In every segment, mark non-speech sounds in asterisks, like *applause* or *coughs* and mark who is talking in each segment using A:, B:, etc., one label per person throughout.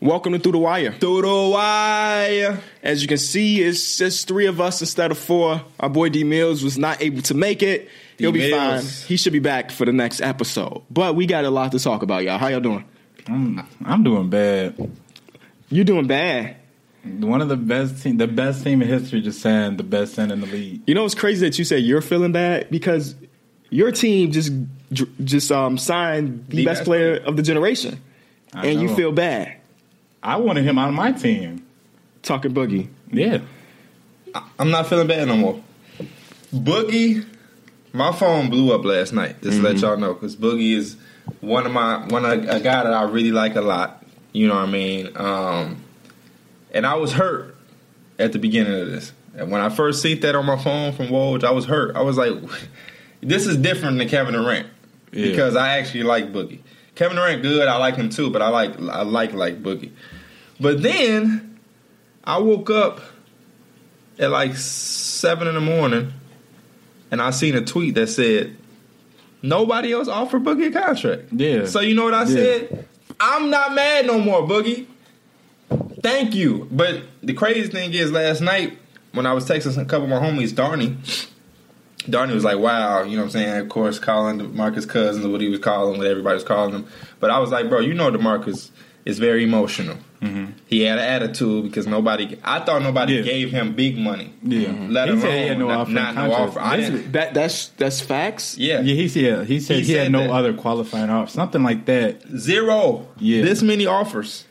A: Welcome to Through the Wire.
B: Through the wire.
A: As you can see, it's just three of us instead of four. Our boy D Mills was not able to make it. He'll be fine.
B: Mills.
A: He should be back for the next episode. But we got a lot to talk about, y'all. How y'all doing?
B: I'm, I'm doing bad.
A: You doing bad.
B: One of the best team, the best team in history, just saying the best end in the league.
A: You know it's crazy that you said you're feeling bad because your team just just um signed the,
B: The
A: best,
B: best
A: player of the generation,
B: I
A: and you
B: know.
A: feel bad.
B: I wanted him on my team.
A: Talking boogie.
B: Yeah,
C: I'm not feeling bad no more. Boogie, my phone blew up last night. Just to let y'all know, because Boogie is one of my one of, a guy that I really like a lot. You know what I mean? Um, and I was hurt at the beginning of this. And when I first seen that on my phone from Woj, I was hurt. I was like, *laughs* "This is different than Kevin Durant."
B: Yeah.
C: Because I actually like Boogie. Kevin Durant, good. I like him too, but I like I like like Boogie. But then I woke up at like seven in the morning, and I seen a tweet that said nobody else offered Boogie a contract.
B: Yeah.
C: So you know what I
B: Yeah.
C: said? I'm not mad no more, Boogie. Thank you. But the crazy thing is, last night when I was texting a couple of my homies, Darnie, Darnie was like, "Wow," you know what I'm saying? Of course, calling Demarcus Cousins what he was calling, what everybody was calling him. But I was like, "Bro, you know Demarcus is very emotional. He had an attitude because nobody. I thought nobody
B: Mm-hmm. Yeah.
C: gave him big money.
B: Yeah.
C: let
B: He
C: alone
B: said he had no
C: not,
B: offer
C: not no
B: contract.
C: offer. I
B: Basically-
C: didn't,
A: That that's that's facts.
C: yeah,
B: yeah. He said he said he,
C: He
B: had
C: said
B: no
C: that.
B: other qualifying off, something like that.
C: zero.
B: Yeah.
C: this many offers.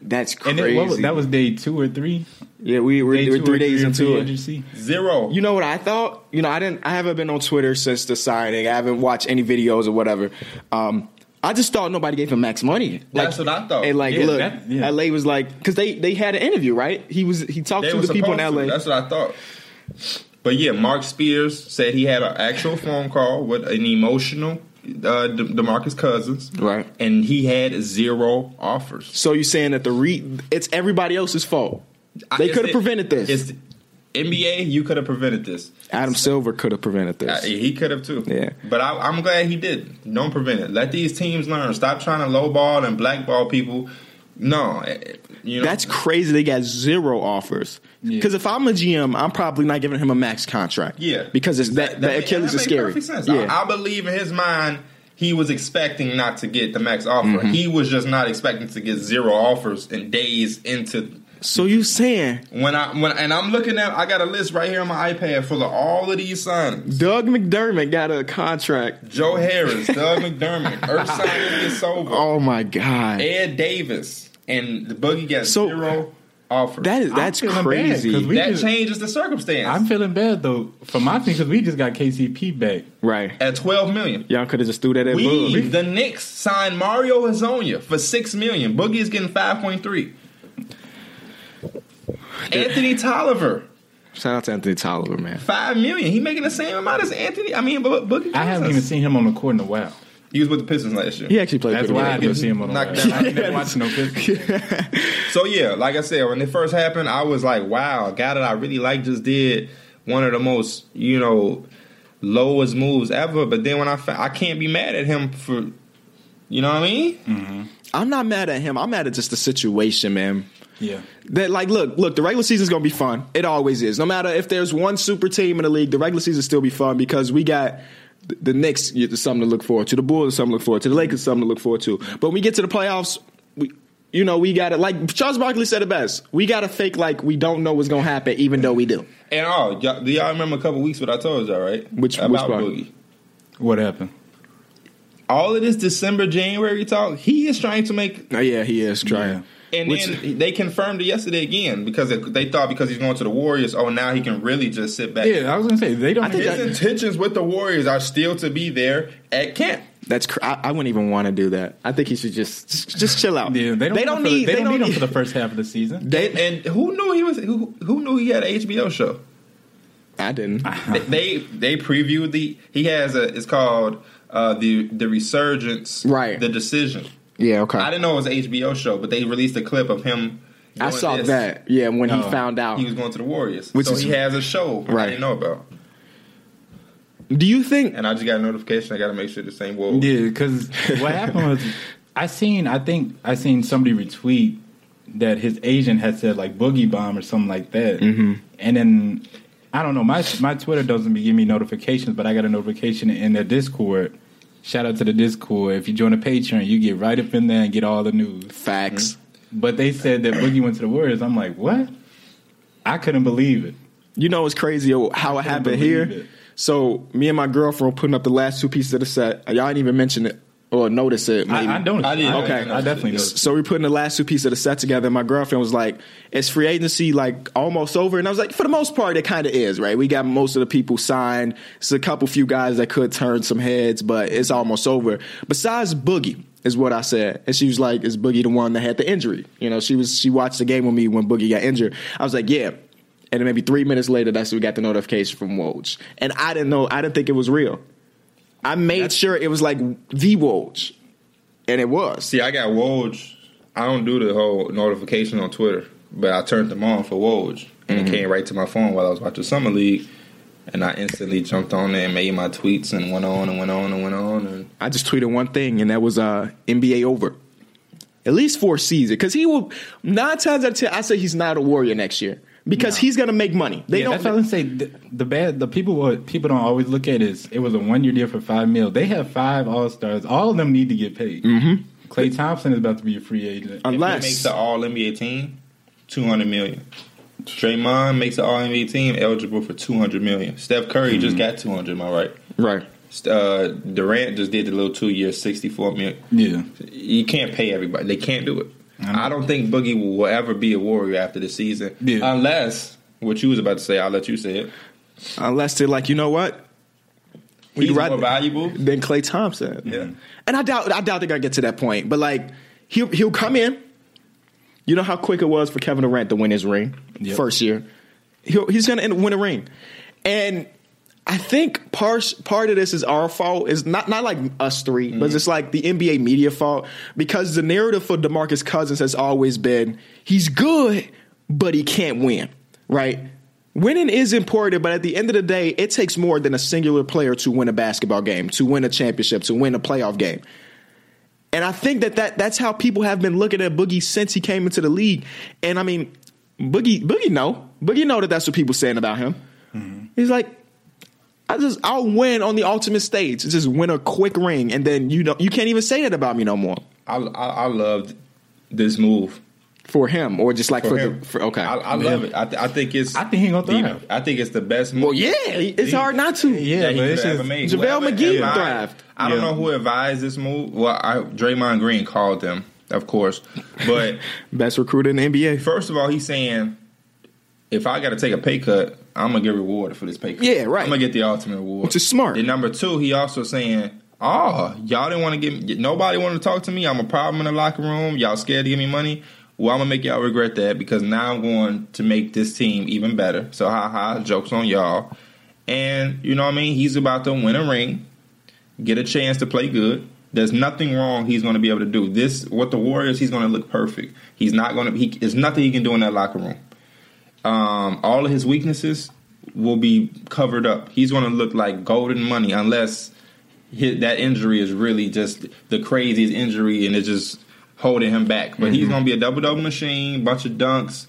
A: That's
B: And
A: crazy.
B: it, what was, that was day two or three.
A: yeah, we were,
B: Day
A: we were
B: two
A: three
B: or
A: days
B: of free
A: into it.
B: agency.
C: Zero.
A: You know what I thought? You know, I didn't. I haven't been on Twitter since the signing. I haven't watched any videos or whatever. Um, I just thought nobody gave him max money.
C: That's what I thought.
A: And like,
B: Yeah,
A: look,
B: that- yeah.
A: LA was like, because they they had an interview, right? He was he talked
C: they
A: to
C: were
A: the people in
C: supposed to.
A: LA.
C: That's what I thought. But yeah, Mark Spears said he had an actual phone call with an emotional uh, De- Demarcus Cousins,
A: Right.
C: And he had zero offers.
A: So you're saying that the re it's everybody else's fault?
C: I-
A: They
C: it's
A: could have
C: the-
A: prevented
C: It's
A: this.
C: the NBA. You could have prevented this.
A: Adam Silver could have prevented
C: Uh,
A: this.
C: he could have too.
A: Yeah.
C: But I, I'm glad he did. Don't prevent it. Let these teams learn. Stop trying to lowball and blackball people. No, eh, you know
A: That's crazy. They got zero offers.
B: Yeah.
A: Because if I'm a GM, I'm probably not giving him a max contract.
C: Yeah,
A: Because it's that, the
C: ma-
A: Achilles is
C: that makes
A: scary.
C: perfect sense.
A: Yeah.
C: I, I believe in his mind. He was expecting not to get the max offer.
A: Mm-hmm.
C: He was just not expecting to get zero offers and days into
A: so you saying
C: when I when and I'm looking at I got a list right here on my iPad full of all of these signings.
A: Doug McDermott got a contract?
C: Joe Harris,
A: *laughs*
C: Doug McDermott, Ersan Yasova,
A: Oh my god.
C: Ed Davis, and the boogie got
A: So-
C: zero offers.
A: that is
B: I'm
A: that's
B: feeling bad 'cause
A: crazy.
B: we
C: that
B: just-
C: changes the circumstance.
B: I'm feeling bad though for my team because we just got KCP back.
A: right.
C: at twelve million.
A: Y'all could have just threw that at Bug.
C: We, the Knicks signed Mario Hazonia for six million. Boogie is getting five point three. Anthony Tolliver,
A: Shout out to Anthony Tolliver, man.
C: five million. He making the same amount as Anthony. I mean, Bo- Boogie.
B: I haven't even
C: Cousins.
B: seen him on the court in a while.
C: He was with the Pistons last year.
A: He actually played
B: That's
A: pretty
B: why I
A: well.
B: didn't see him on the *laughs*
C: Knocked
B: wire.
C: that
B: I've been watching no
C: *laughs*
B: Pistons.
C: So yeah, like I said, when it first happened, I was like, wow, a guy that I really like just did one of the most, you know, lowest moves ever. But then when I found, I can't be mad at him for, you know what I mean?
A: *laughs* Mm. I'm not mad at him. I'm mad at just the situation, man.
B: Yeah.
A: That like look, look, the regular season's gonna be fun. It always is. No matter if there's one super team in the league, the regular season still be fun because we got the- the Knicks you- something to look forward to, the Bulls something to look forward to, the Lakers something to look forward to. But when we get to the playoffs, we you know, we gotta like Charles Barkley said it best. We gotta fake like we don't know what's gonna happen, even though we do.
C: And all, y'all, do y'all remember a couple weeks what I told y'all, right?
A: Which- which
C: about
A: part?
C: Boogie.
B: What happened?
C: all of this December, January talk, he is trying to make.
A: Oh, yeah, he is trying.
C: And
A: Which-
C: then they confirmed it yesterday again because it- they thought because he's going to the Warriors, oh, now he can really just sit back.
B: Yeah, I was gonna say they don't.
C: His intentions with the Warriors are still to be there at camp.
A: That's cr- I, I wouldn't even want to do that. I think he should just just, just chill out.
B: Yeah, they don't. need him for the-
A: need
B: they, don't need him for the first half of the *laughs* season.
A: They-
C: And who knew he was? Who, who knew he had an HBO show?
A: I didn't.
C: they, they they previewed the. He has a. It's called uh, the the resurgence.
A: Right.
C: The decision.
A: Yeah, okay.
C: I didn't know it was an HBO show, but they released a clip of him.
A: I
C: doing
A: saw
C: this.
A: that. Yeah, when he
B: No.
A: found out.
C: he was going to the Warriors.
A: Which
C: so
A: is-
C: he has a show I
A: Right.
C: didn't know about.
A: Do you think
C: And I just got a notification. I got to make sure the same. Well,
B: Yeah, because what happened was I seen. I think I seen somebody retweet that his agent had said like boogie bomb or something like that. Mm-hmm. And then I don't know. My my Twitter doesn't be giving me notifications, but I got a notification in the Discord. Shout out to the Discord. If you join the Patreon, you get right up in there and get all the news.
A: Facts.
B: But they said that Boogie went to the Warriors. I'm like, what? I couldn't believe it.
A: You know what's crazy oh, how it
B: couldn't
A: happened here?
B: believe it.
A: So me and my girlfriend were putting up the last two pieces of the set. Y'all didn't even mention it or notice it.
B: I,
A: maybe.
B: I don't.
C: I
B: I
C: didn't.
A: Okay.
B: I definitely know.
A: So we're putting the last two pieces of the set together. And my girlfriend was like, "Is free agency like almost over?" And I was like, "For the most part, it kind of is, right? We got most of the people signed. It's a couple few guys that could turn some heads, but it's almost over. Besides Boogie." Is what I said, and she was like, "Is Boogie the one that had the injury?" You know, she was she watched the game with me when Boogie got injured. I was like, "Yeah," and then maybe three minutes later, that's when we got the notification from Woj, and I didn't know, I didn't think it was real. I made sure it was like the Woj, and it was.
C: See, I got Woj. I don't do the whole notification on Twitter, but I turned them on for Woj, and it came right to my phone while I was watching summer league, and I instantly jumped on there and made my tweets and went on and went on and went on and
A: I just tweeted one thing, and that was uh, NBA over. At least for a season, because he will nine times out of ten. I say he's not a warrior next year because he's going to make money. They
B: yeah,
A: don't.
B: that's what I'm saying. The, the bad, the people, what people don't always look at is it was a one year deal for five mil. They have five All Stars. All of them need to get paid. Mm-hmm. Clay Thompson is about to be a free agent.
A: Uh,
C: If he makes
A: unless
C: the All NBA team, two hundred million. Draymond makes the All NBA team, eligible for two hundred million. Steph Curry just got two hundred. Am I right?
A: right.
C: Uh, Durant just did the little two year sixty four million.
B: yeah,
A: um,
C: You can't pay everybody. They can't do it. I don't think Boogie will ever be a warrior after the season,
B: Yeah.
C: unless what you was about to say. I'll let you say it.
A: Unless they're like, you know what?
C: He's
A: rather-
C: more valuable.
A: Then Clay Thompson.
C: Yeah.
A: And I doubt. I doubt they're going to get to that point. But like, he'll he'll come in. You know how quick it was for Kevin Durant to win his ring
B: Yep.
A: first year. He'll, he's going to win a ring, and I think part part of this is our fault. Is not not like us 3 but it's like the NBA media fault because the narrative for DeMarcus Cousins has always been he's good, but he can't win. Right? Winning is important, but at the end of the day, it takes more than a singular player to win a basketball game, to win a championship, to win a playoff game. And I think that, that that's how people have been looking at Boogie since he came into the league. And I mean, Boogie Boogie know Boogie know that that's what people saying about him.
C: Mm-hmm.
A: He's like, I just I'll win on the ultimate stage. Just win a quick ring, and then you know you can't even say that about me no more.
C: I, I, I loved this move.
A: For him, or just like for,
C: For
A: the
C: him.
A: for, okay.
C: I, I love it. I, th- I think it's.
B: I think he gonna
C: the,
B: thrive.
C: I think it's the best move.
A: well, yeah, it's hard not to.
B: yeah,
C: that he
B: but
C: could
B: it's
C: have
B: just-
C: ever made.
A: JaVale
C: Whoever
A: McGee
C: advised-
A: thrived.
C: I don't
B: Yeah.
C: know who advised this move. Well, I, Draymond Green called him, of course. But
A: Best recruiter in the NBA.
C: first of all, he's saying, if I got to take a pay cut, I'm gonna get rewarded for this pay cut.
A: Yeah, right.
C: I'm gonna get the ultimate reward,
A: Which is smart.
C: And number two, he also saying. Oh, y'all didn't want to give me, nobody wanted to talk to me. I'm a problem in the locker room. Y'all scared to give me money. Well, I'm gonna make y'all regret that because now I'm going to make this team even better. So, ha ha, jokes on y'all. And you know what I mean? He's about to win a ring, get a chance to play good. There's nothing wrong he's going to be able to do. This what the Warriors, he's going to look perfect. He's not going to he there's nothing he can do in that locker room. Um, all of his weaknesses will be covered up. He's going to look like golden money unless hi that injury is really just the craziest injury and it's just holding him back. But he's going to be a double double machine, bunch of dunks,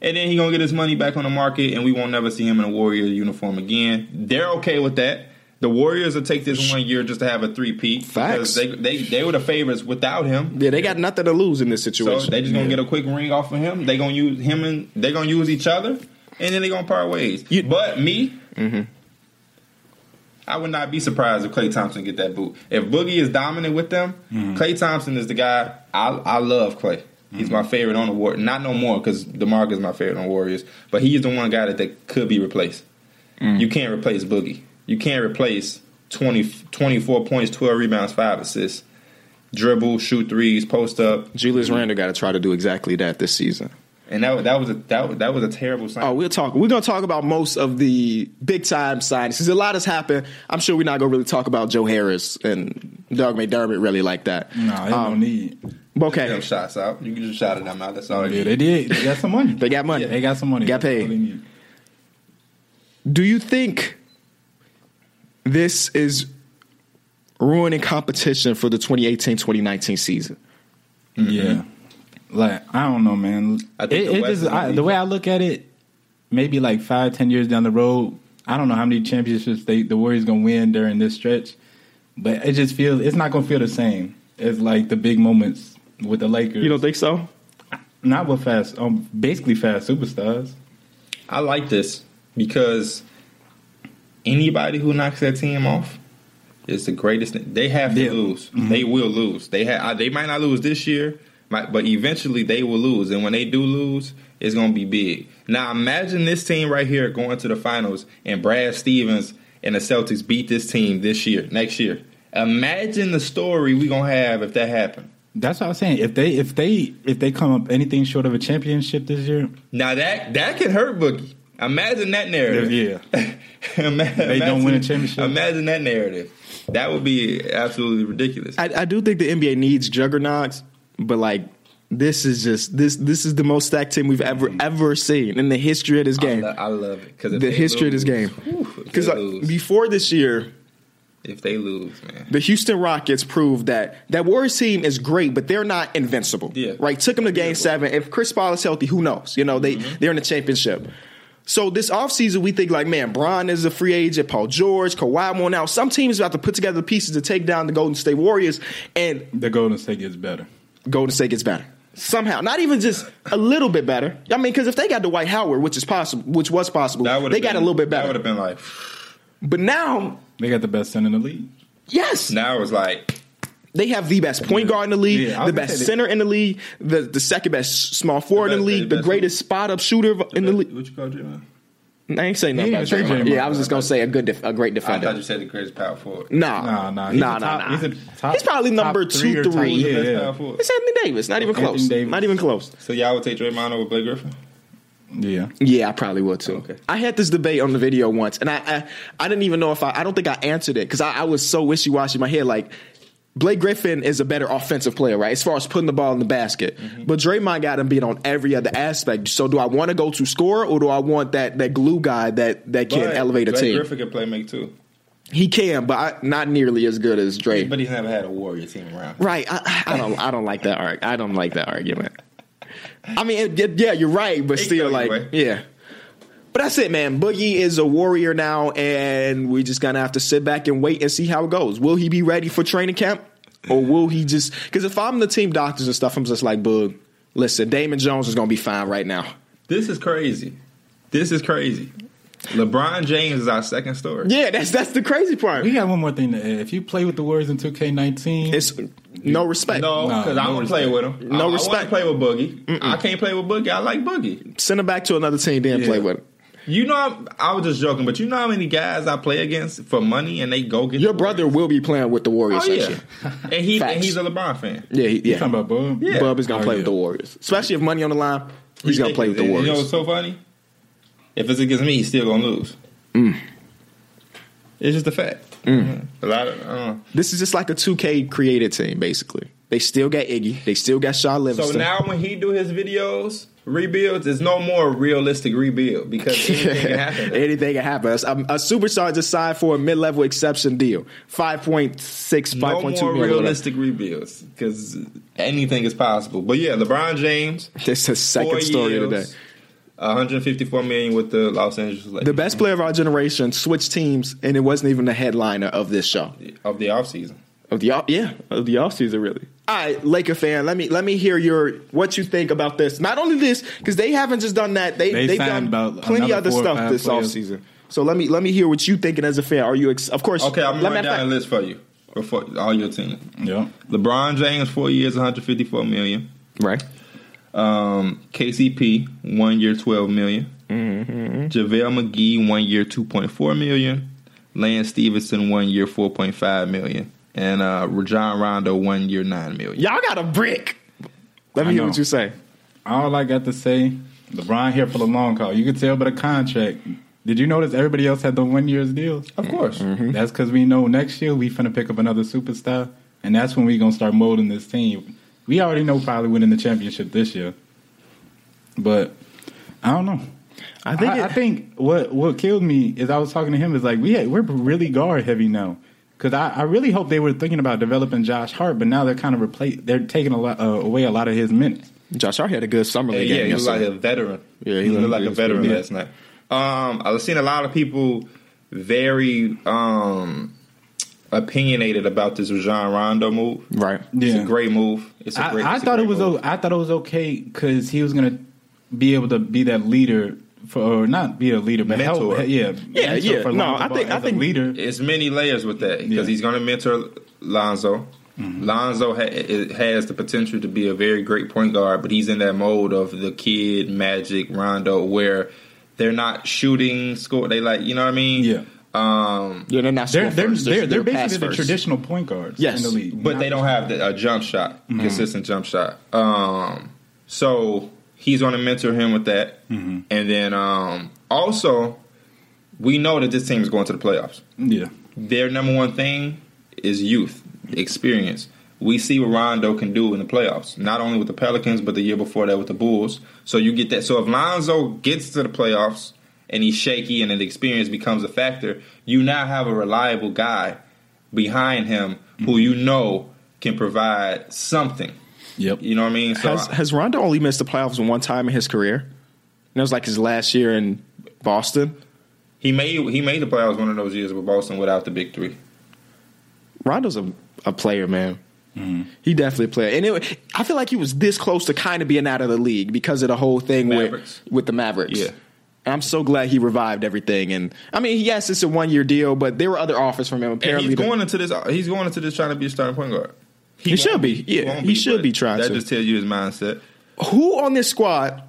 C: and then he's going to get his money back on the market, and we won't never see him in a Warrior uniform again. They're okay with that. The Warriors will take this one year just to have a three peat.
A: Facts.
C: They, they, they were the favorites without him.
A: Yeah, they got nothing to lose in this situation.
C: So they just gonna get a quick ring off of him. They gonna use him and they gonna use each other, and then they gonna part ways.
A: You- Mm-hmm.
C: but me, I would not be surprised if Clay Thompson get that boot. If Boogie is dominant with them,
A: Mm-hmm.
C: Clay Thompson is the guy. I I love Clay. He's my favorite on the war. Not no more because DeMarcus is my favorite on Warriors, but he's the one guy that, that could be replaced.
A: Mm.
C: You can't replace Boogie. You can't replace 20, 24 points, 12 rebounds, 5 assists. Dribble, shoot threes, post up.
A: Julius Randle got to try to do exactly that this season.
C: And that that was a that was, that was a terrible sign.
A: Oh,
C: Oh,
A: we'll talk. We're gonna talk about most of the big time signings. 'Cause A lot has happened. I'm sure we're not gonna really talk about Joe Harris and Doug McDermott really like that.
B: No,
A: Um,
B: they don't need.
A: but okay.
C: them shots out. You can just shout at them out. That's all.
B: Yeah,
C: it is.
B: they did. They got some money.
A: They got money.
B: Yeah, they got some money.
A: Got
B: That's
A: paid.
B: all they need.
A: Do you think this is ruining competition for the 2018-2019 season?
B: Yeah. Like I don't know, man.
C: Mm-hmm. I think
B: it,
C: the
B: it
C: West
B: just,
C: is
B: I,
C: gonna
B: the
C: be-
B: way I look at it, maybe like five, ten years down the road, I don't know how many championships they the Warriors gonna win during this stretch, but it just feels it's not gonna feel the same as like the big moments with the Lakers.
A: You don't think so?
B: not with fast, um, basically fast superstars.
C: I like this because anybody who knocks that team off is the greatest. thing. They have to
B: Yeah. Mm-hmm.
C: lose. They will lose. They ha- They might not lose this year, might, but eventually they will lose. And when they do lose, it's going to be big. Now imagine this team right here going to the finals, and Brad Stevens and the Celtics beat this team this year, next year. Imagine the story we gonna have if that happened.
B: That's what I was saying. If they if they if they come up anything short of a championship this year,
C: Now that that can hurt Boogie. Imagine that narrative.
B: yeah,
C: *laughs* Ima-
B: They don't win a championship.
C: Imagine that narrative. That would be absolutely ridiculous.
A: I, I do think the NBA needs juggernauts, but like this is just this this is the most stacked team we've ever ever seen in the history of this game.
C: lo- I love it because
A: The history of this game. Because
C: Because if,
A: before this year,
C: they lose, man,
A: the Houston Rockets proved that that Warriors team is great, but they're not invincible.
C: Yeah. Mm-hmm.
A: Right? Took them to game seven. If Chris Paul is healthy, who knows? You know, they they're in the championship. So this offseason, we think like, man, Bron is a free agent, Paul George, Kawhi more now. Some teams about to put together the pieces to take down the Golden State Warriors, and
B: the Golden State gets better.
A: Golden State gets better somehow. Not even just a little bit better. I mean, because if they got Dwight Howard, which is possible, which was possible,
C: that
A: they
C: would
A: got a little bit
C: That would
A: better.
C: have been like
A: But now,
B: They got the best center in the league.
A: yes,
C: now it's like
A: they have the best point guard in the league,
B: Yeah, I
A: the
B: was gonna
A: best
B: say that-
A: center in the league, the the second best small forward in the
C: best-
A: league,
C: the
A: the
C: best-
A: greatest spot up shooter in the league.
C: What you call Draymond?
A: I ain't saying nothing
B: Yeah,
A: about
B: say
A: Draymond.
B: Draymond.
A: Yeah, I was just gonna say a good, def- a great
C: I thought
A: defender.
C: you said the greatest power forward.
A: Nah,
B: Nah, nah,
A: nah,
B: a
A: nah,
B: top-
A: nah.
B: He's,
A: He's,
B: a top,
A: probably number
B: top
A: two,
B: or top-
A: three.
C: He's the
B: Yeah,
C: best
B: yeah.
C: power forward.
A: Anthony Davis, not even
B: Anthony
A: close.
B: Davis.
A: Not even close.
C: So y'all would take Draymond over Blake Griffin?
B: yeah.
A: Yeah, I probably would too.
C: Okay.
A: I had this debate on the video once, and I I, I didn't even know if I I don't think I answered it because I, I was so wishy washy in my head. Like Blake Griffin is a better offensive player, right? As far as putting the ball in the basket,
C: Mm-hmm.
A: but Draymond got him beat on every other aspect. So do I want to go to score or do I want that that glue guy that that can
C: But
A: elevate a
C: Blake
A: team?
C: Griffin can play make too,
A: He can, but I, not nearly as good as Dray.
C: but he's never had a Warrior team around.
A: Right. I, I don't. I don't like that. Arg- I don't like that argument. I mean, it- it- yeah, you're right, but
C: It
A: still,
C: goes
A: like,
C: away.
A: yeah. But that's it, man. Boogie is a warrior now, and we just gonna have to sit back and wait and see how it goes. Will he be ready for training camp, or will he just? Because if I'm the team doctors and stuff, I'm just like, Boog, listen, Damon Jones is gonna be fine right now.
C: This is crazy. This is crazy. LeBron James is our second story.
A: Yeah, that's that's the crazy part.
B: We got one more thing to add. If you play with the Warriors in 2K19,
A: It's no respect.
C: No,
B: No,
C: because
B: no
C: I don't play with him.
A: No
C: I,
A: respect.
C: I want to play with Boogie. I can't play with Boogie. I like Boogie.
A: Send him back to another team, then play
B: Yeah.
A: with him.
C: You know, I'm, I was just joking, but you know how many guys I play against for money and they go get
A: Your
C: the
A: brother will be playing with the Warriors.
C: Warriors?
A: next
C: Oh
A: year.
C: yeah, and he and
A: Facts.
C: he's a LeBron fan.
A: yeah, he-
B: you
A: yeah.
B: talking about Bub?
C: Yeah.
A: Bub is going
B: Oh,
A: to play
B: yeah.
A: with the Warriors, especially if money on the line. He's going to play with the
C: Ridiculous.
A: Warriors.
C: You know what's so funny? If it's against me, he's still gonna lose.
A: Mm.
C: It's just a fact. A lot of. Uh,
A: this is just like a 2K created team, basically. They still got Iggy. They still got Shaw
C: so
A: Livingston. *laughs*
C: now when he do his videos rebuilds, it's no more realistic rebuild because
A: *laughs*
C: anything can happen.
A: Anything can happen. A, a superstar just signed for a mid-level exception deal, five point six, five
C: no
A: point two
C: more
A: million.
C: realistic rebuilds because anything is possible. But yeah, LeBron James,
A: This is the second
C: four
A: story
C: years,
A: of the day.
C: 154 million with the Los Angeles Lakers
A: The best player of our generation switched teams, and it wasn't even the headliner of this show.
C: of the offseason.
A: Of the off, yeah, of the offseason, really. All right, Laker fan, let me let me hear your what you think about this. Not only this, because they haven't just done that; they,
B: They
A: they have done
B: signed about
A: plenty
B: another
A: other
B: four or
A: stuff
B: five
A: this
B: players.
A: offseason. So let me let me hear what you thinking as a fan. Are you ex- of course?
C: Okay, I'm
A: let
C: running down a list for you before all your team.
B: Yeah.
C: LeBron James, four years, 154 million.
A: right.
C: Um, KCP, one year, 12 million.
A: Mm-hmm.
C: JaVale McGee, one year, 2.4 million. Lance Stevenson, one year, 4.5 million. And uh, Rajon Rondo, one year, 9 million.
A: Y'all got a brick. Let me
B: I
A: hear
B: know.
A: what you say.
B: All I got to say, LeBron here for the long call. You could tell by the contract. Did you notice everybody else had the one year's deals?
C: Of course.
B: That's because we know next year we finna pick up another superstar, and that's when we gonna start molding this team. We already know probably winning the championship this year, but I don't know. I think, I, think what what killed me is I was talking to him is like we had, we're really guard heavy now. Because I, I really hope they were thinking about developing Josh Hart, but now they're kind of replace. They're taking a lot, uh, away a lot of his minutes.
A: Josh Hart had a good summer
C: Yeah,
A: league
C: yeah,
A: game.
C: he looked like
A: yesterday.
C: a veteran.
A: Yeah, he
C: he, looked
A: looked
C: like
A: good
C: a
A: as
C: veteran
A: well.
C: last night. Um, I've seen a lot of people very um, opinionated about this Rajon Rondo move.
A: right.
C: It's
B: Yeah.
C: a great move. It's a
B: I,
C: great.
B: I
C: it's a
B: thought
C: great
B: it was
C: move.
B: o- I thought it was okay because he was gonna be able to be that leader for or not be a leader but
C: Mentor.
B: help yeah
A: Yeah,
B: mentor
A: yeah.
B: for
A: No,
B: Lonzo
A: I
B: Ball
A: think- I
B: as a
A: think-
B: leader
C: It's many layers with that because
B: Yeah. Mm-hmm.
C: he's going to mentor Lonzo. Lonzo ha- it has the potential to be a very great point guard, but he's in that mode of the kid Magic Rondo, where they're not shooting score. They like, you know what I mean?
B: Yeah.
C: Um,
A: Yeah, they're not.
B: they're
A: score
B: they're
A: first.
B: they're, they're
A: pass
B: basically the
A: first.
B: traditional point guards
A: Yes,
B: in the league
C: but
B: Not-
C: they don't have the, a jump shot,
B: Mm-hmm.
C: consistent jump shot. Um, so he's going to mentor him with that,
B: Mm-hmm.
C: and then um, also we know that this team is going to the playoffs.
B: yeah
C: their number one thing is youth experience. We see what Rondo can do in the playoffs, not only with the Pelicans, but the year before that with the Bulls. So you get that. So if Lonzo gets to the playoffs and he's shaky and the experience becomes a factor, you now have a reliable guy behind him who you know can provide something.
B: yep
C: You know what I mean? So
A: Has, has Rondo only missed the playoffs one time in his career? And it was like his last year in Boston.
C: he made he made the playoffs one of those years with Boston without the big three.
A: Rondo's a, a player, man. He definitely a player, and it, I feel like he was this close to kind of being out of the league because of the whole thing
C: Mavericks.
A: with with the Mavericks.
C: Yeah.
A: And I'm so glad he revived everything. And I mean, yes, it's a one year deal, but there were other offers from him.
C: And
A: Apparently,
C: he's
A: the-
C: going into this. He's going into this trying to be a starting point guard.
A: He should
C: won't
A: be. Yeah,
C: won't
A: he should
C: but
A: be trying
C: That
A: to.
C: just tells you his mindset.
A: who on this squad,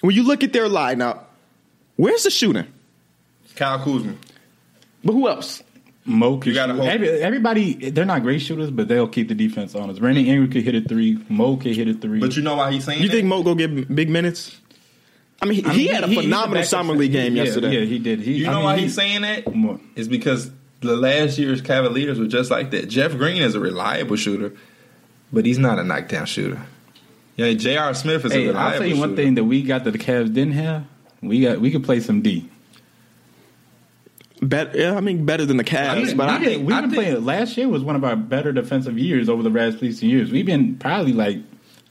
A: when you look at their lineup, where's the shooter?
C: Kyle Kuzma.
A: But who else?
B: Mo can
C: You gotta
B: shoot.
C: hope-
B: Every, everybody they're not great shooters but they'll keep the defense honest Brandon Ingram could hit a three Mo could hit a three
C: But you know why he's saying
A: You
C: that?
A: think Mo go get big minutes? I mean, he, he had a
B: he's
A: phenomenal
B: backup
A: summer
B: center.
A: league game
B: Yeah,
A: yesterday.
B: yeah he did he
C: you know
B: I mean,
C: why
B: he-
C: he's saying that?
B: What?
C: It's because the last year's Cavaliers were just like that. Jeff Green is a reliable shooter, but he's not a knockdown shooter. Yeah, J.R. Smith is a
B: Hey,
C: reliable
B: I'll tell you
C: shooter.
B: one thing that we got that the Cavs didn't have we got we could play some D
A: Bet, yeah, I mean, better than the Cavs,
C: I mean,
A: but
B: we
A: I,
B: did,
C: think-
B: we've
C: I
B: been
C: think-
B: playing. Last year was one of our better defensive years over the last few years. We've been probably like,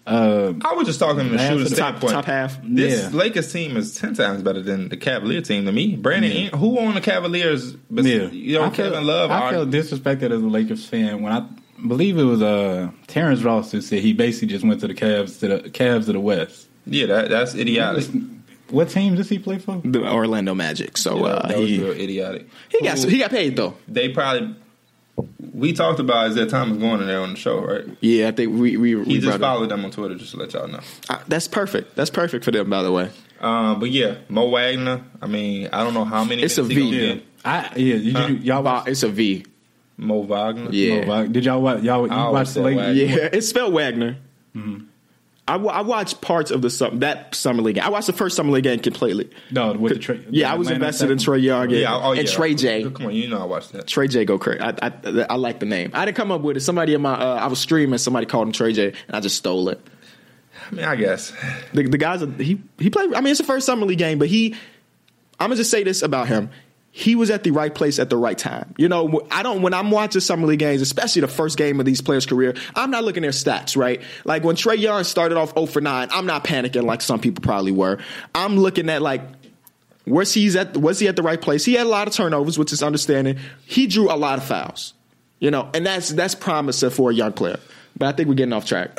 B: uh,
C: I was just talking to the
B: Last
C: shooter
B: of the
A: top,
C: standpoint.
A: top half.
B: yeah.
C: This Lakers team is ten times better than the Cavalier team to me. Brandon, In- who on the Cavaliers? bes-
B: yeah.
C: You know,
B: I
C: Kevin
B: felt,
C: Love.
B: I
C: are-
B: felt disrespected as a Lakers fan when I believe it was uh, Terrence Ross who said he basically just went to the Cavs to the Cavs of the West.
C: yeah, that, that's idiotic.
B: What team does he play for?
A: the Orlando Magic. So uh,
C: that was
A: he
C: real idiotic.
A: he got he got paid though.
C: they probably we talked about is that Thomas going in there on the show, right?
A: Yeah, I think we we,
C: He
A: we
C: just
A: brought him.
C: followed them on Twitter just to let y'all know.
A: Uh, that's perfect. That's perfect for them, by the way.
C: Um, but yeah, Mo Wagner. I mean, I don't know how many.
A: It's a
C: minutes he
A: V.
C: gonna
B: Yeah,
C: get.
B: I yeah. You,
C: Huh?
B: y'all
A: Uh,
B: watch,
A: it's a V.
C: Mo Wagner.
A: Yeah.
B: oh, did y'all watch y'all you
C: I always
B: watched the
C: said
B: Lakers?
C: Wagner.
A: Yeah, it's spelled Wagner. I, wa- I watched parts of the sum- that summer league. I watched the first summer league game completely.
B: No, with the tra-
A: Yeah, I was
B: Atlanta
A: invested in
B: Falcons.
A: Trey Young and,
C: Yeah. Oh, yeah.
A: and Trey J.
C: Come on, you know I watched that.
A: Trey J go crazy. I, I I like the name. I didn't come up with it. Somebody in my uh, I was streaming. Somebody called him Trey J, and I just stole it.
C: I mean, I guess
A: The, the guys are- he he played. I mean, it's the first summer league game, but he. I'm gonna just say this about him. He was at the right place at the right time. You know, wh- I don't when I'm watching summer league games, especially the first game of these players' career. I'm not looking at their stats, right? Like when Trey Young started off 0 for 9, I'm not panicking like some people probably were. I'm looking at like was he's at was he at the right place? He had a lot of turnovers, which is understanding. He drew a lot of fouls, you know, and that's that's promising for a young player. But I think we're getting off track.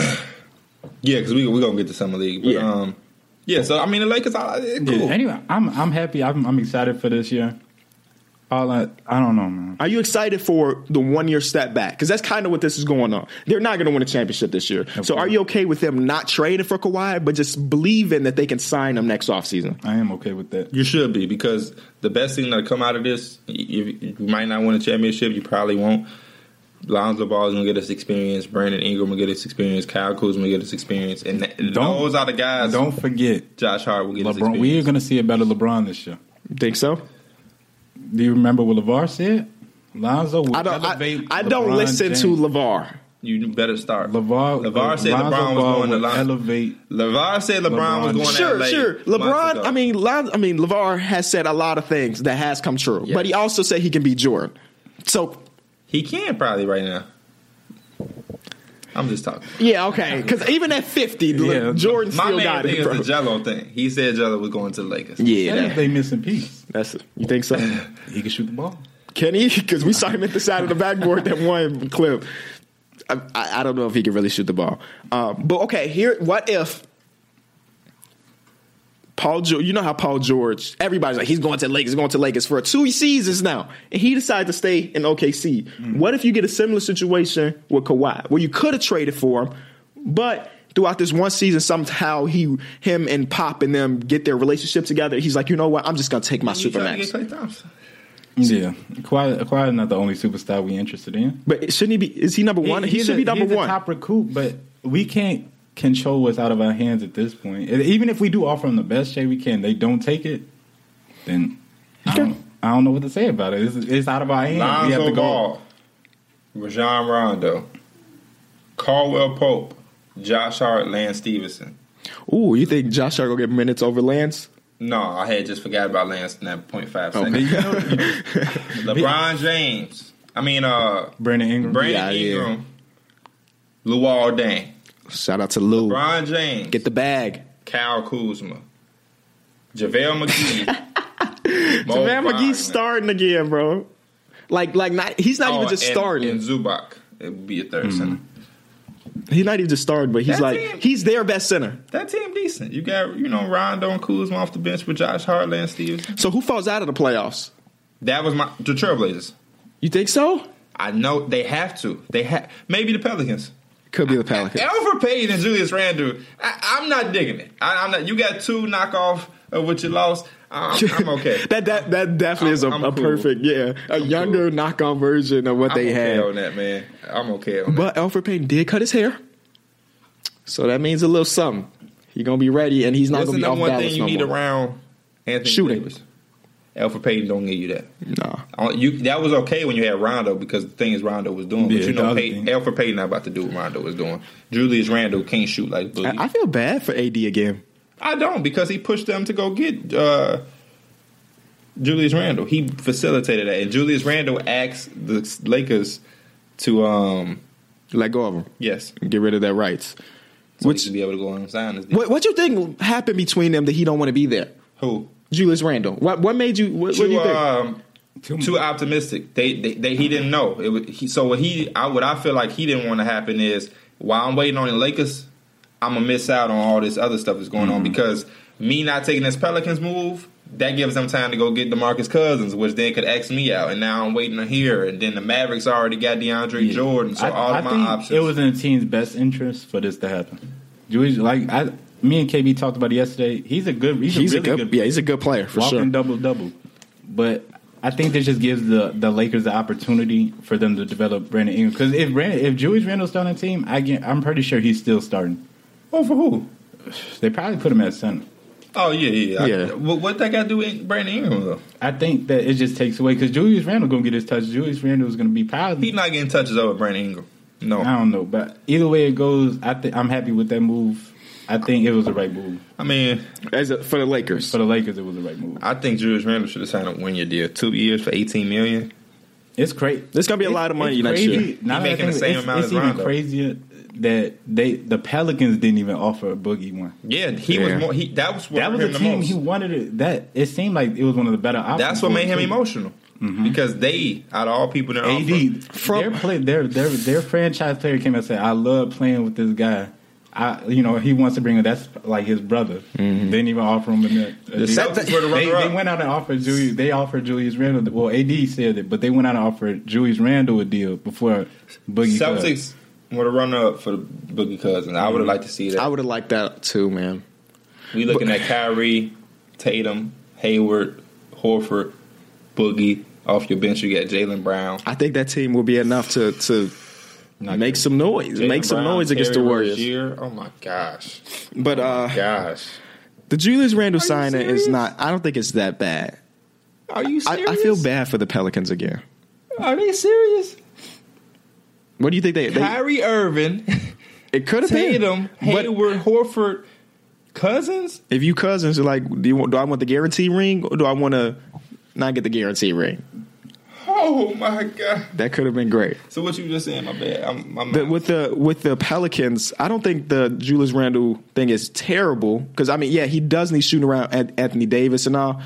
C: yeah, because we we gonna get to summer league. But,
A: Yeah.
C: Um, yeah. So I mean, the Lakers. I, eh,
B: Yeah,
C: cool.
B: Anyway, I'm I'm happy. I'm, I'm excited for this year. All I I don't know, man.
A: Are you excited for the one year step back? Because that's kind of what this is going on. They're not going to win a championship this year. So are you okay with them not trading for Kawhi, but just believing that they can sign him next offseason?
B: I am okay with that.
C: You should be because the best thing that come out of this, you, you might not win a championship. You probably won't. Lonzo Ball is gonna get his experience. Brandon Ingram will get his experience. Kyle Kuzma will get his experience, and th-
B: Don't-
C: those are the guys.
B: Don't forget,
C: Josh Hart will get his
B: LeBron.
C: experience.
B: We are going to see a better LeBron this year.
A: Think so?
B: Do you remember what LeVar said? Lonzo will
A: I don't. I,
B: elevate
A: I don't
B: LeBron
A: listen to
B: James.
A: Levar.
C: You better start.
B: LeVar. uh,
C: LeVar said
B: Lonzo
C: LeBron
B: Ball
C: was going to
B: will
C: Lon-
B: elevate.
C: LeVar said LeBron, was
B: LeBron.
C: going to
A: Sure,
C: LA
A: sure.
C: months ago.
A: LeBron. I mean, Lon, I mean, Levar has said a lot of things that has come true, but he also said he can be Jordan. So
C: He can probably right now. I'm just talking.
A: Yeah, okay. Because even at 50,
B: Yeah.
A: Jordan
C: My
A: still
C: main
A: got
C: thing
A: it,
C: is
A: bro.
C: the Jello thing. He said Jello was going to the Lakers.
A: yeah,
B: That
A: that-
B: is they missing piece.
A: that's you think so,
B: He can shoot the ball.
A: Kenny? *laughs* Because we saw him at the side of the backboard that one clip. I, I, I don't know if he can really shoot the ball, um, but okay. Here, what if Paul? George, you know how Paul George? Everybody's like he's going to Lakers, going to Lakers for two seasons now, and he decides to stay in OKC.
C: Mm-hmm.
A: What if you get a similar situation with Kawhi, where you could have traded for him, but throughout this one season, somehow he, him, and Pop and them get their relationship together. He's like, you know what? I'm just gonna take my
C: He trying to
A: supermax.
C: get Klay Thompson.
B: Yeah, Kawhi, Kawhi is not the only superstar we interested in.
A: But shouldn't he be? Is he number one? He
B: he's
A: should
B: a-
A: be number
B: he's a
A: one.
B: top recruit, but we can't control what's out of our hands at this point. And Even if we do offer them the best shade we can, they don't take it. Then I don't, I don't know what to say about it. It's, it's out of our hands. we have
C: Lonzo
B: to go.
C: Ball, Rajon Rondo, Caldwell Pope, Josh Hart, Lance Stevenson.
A: Ooh, you think Josh Hart gonna get minutes over Lance?
C: No, I had just forgot about Lance in that point five
A: *laughs*
B: But
C: seconds.
B: you know,
C: LeBron James. I mean, uh,
B: *laughs* Brandon Ingram.
A: Yeah, yeah.
C: Brandon Ingram, Luol Deng,
A: Shout out to Lou.
C: Bron James,
A: Get the bag.
C: Kyle Kuzma,
A: *laughs*
C: JaVale McGee. Mo
A: Man,
C: Wagner.
A: McGee's starting again, bro. Like, like not. He's not
C: Oh,
A: even just Mm-hmm.
C: and-
A: starting.
C: And Zubac. It would be a third center.
A: he's not even just starting, but he's
C: That's
A: like
C: him.
A: he's their best center.
C: That team decent. You got, you know, Rondo and Kuzma off the bench with Josh Hart, Lance Stevenson.
A: So who falls out of the playoffs?
C: That was my the Trailblazers.
A: You think so?
C: I know they have to. They have maybe the Pelicans.
A: Could be the Pelicans.
C: Alfred Payton and Julius Randle. I, I'm not digging it. I, I'm not. You got two knockoff of what you lost. I'm,
A: *laughs*
C: I'm okay.
A: that that that definitely
C: I'm-
A: is a,
C: I'm
A: a
C: cool.
A: perfect yeah a younger knock-on version of what
C: I'm
A: they
C: okay
A: had.
C: on that, man. I'm okay on that.
A: But Alfred Payton did cut his hair, so that means a little something. He's gonna be ready, and he's not
C: What's
A: gonna
C: the
A: be off
C: number one
A: balance
C: thing you
A: no
C: need
A: more.
C: around Anthony
A: Shooting.
C: Davis? Alfred Payton don't give you that.
A: Nah.
C: Uh, You that was okay when you had Rondo because the thing is Rondo was doing,
B: Yeah,
C: but you
B: the
C: know
B: other
C: Payton,
B: thing.
C: Alfred Payton not about to do what Rondo was doing. Julius Randle can't shoot like Boogie.
A: I, I feel bad for AD again.
C: I don't because he pushed them to go get uh, Julius Randle. He facilitated that, and Julius Randle asked the Lakers to um
A: Let go of him.
C: yes,
A: Get rid of their rights.
C: so
A: Which-
C: he should be able to go and sign this. deal.
A: What what you think happened between them that he don't want to be there?
C: Who?
A: Julius Randle. What what made you? What, what do
C: Too,
A: you think?
C: um,
B: Too
C: too,
B: much.
C: optimistic. They, they, they he didn't know. It was, he, so what he I what I feel like he didn't want to happen is while I'm waiting on the Lakers, I'm gonna miss out on all this other stuff that's going
B: Mm-hmm.
C: on because me not taking this Pelicans move. That gives them time to go get DeMarcus Cousins, which then could X me out, and now I'm waiting to hear. And then the Mavericks already got DeAndre
B: Yeah.
C: Jordan, so
B: I-
C: all
B: I
C: of my
B: think
C: options.
B: It was in the team's best interest for this to happen. Julius, like I, me and KB talked about it yesterday. He's a good. He's,
A: he's
B: a, really
A: a
B: good.
A: good, yeah, he's a good player for
B: walking
A: sure.
B: double double. But I think this just gives the the Lakers the opportunity for them to develop Brandon Ingram because if Brandon, if Julius Randle's still on the team, I get, I'm pretty sure he's still starting.
C: oh for who?
B: They probably put him at center.
C: Oh yeah, yeah. I-
A: Yeah.
C: what, what that got to do with Brandon Ingram though?
B: I think that it just takes away because Julius Randle gonna get his touch. Julius Randle is gonna be positive.
C: He's not getting touches over Brandon Ingram. No,
B: I don't know, but either way it goes, I think I'm happy with that move. I think it was the right move
C: I mean
A: As a, for the Lakers,
B: for the Lakers. It was the right move.
C: I think Julius Randle should have signed a one year deal, two years for eighteen million.
B: It's crazy.
A: There's gonna be a lot of money next year.
B: Now that I
C: He making the
B: think
C: same
B: it's,
C: amount
B: it's
C: as
B: even
C: Rondo.
B: crazier that they the Pelicans didn't even offer a boogie one.
C: Yeah, he
A: Yeah.
C: was more. He that was what
B: That was
C: hurt him
B: a team
C: the
B: he
C: most.
B: wanted. It, that it seemed like it was one of the better options.
C: That's what
B: for
C: made him
B: too.
C: emotional
A: Mm-hmm.
C: because they, out of all people, in the
B: AD
A: From-
B: their play, their their their franchise player came out and said, "I love playing with this guy." I, you know, he wants to bring him. That's like his brother.
A: Mm-hmm.
B: They didn't even offer him. In the, a deal.
C: Celtics were the
B: they,
C: runner-up.
B: they went out and offered Julius. They offered Julius Randle. Well, AD said it, but they went out and offered Julius Randle a deal before Boogie. cut.
C: Celtics were the runner up for the Boogie Cousins. I would
A: Mm-hmm.
C: have liked to see
A: I
C: that.
A: would have liked that too, man.
C: We looking at Kyrie, Tatum, Hayward, Horford, Boogie. Off your bench, you got Jalen Brown.
A: I think that team will be enough to to
B: Not
A: make some noise,
C: Jaylen
A: make some
C: Brown,
A: noise against the
C: Terry
A: Warriors.
C: Rozier. Oh my gosh,
A: But uh,
C: gosh.
A: the Julius Randle signing is
C: serious?
A: not. I don't think it's that bad.
C: Are you
A: I,
C: serious?
A: I feel bad for the Pelicans again.
C: Are they serious?
A: What do you think they? they
C: Kyrie Irving,
A: it could have been.
C: Tatum,
A: But-
C: Hayward, Horford, Cousins.
A: If you cousins are like, do you want, do I want the guarantee ring or do I want to not get the guarantee ring?
C: Oh my god!
A: That could have been great.
C: So what you just saying? My bad. I'm, my
A: The, with the with the Pelicans, I don't think the Julius Randle thing is terrible because I mean, yeah, he does need shooting around at Anthony Davis and all.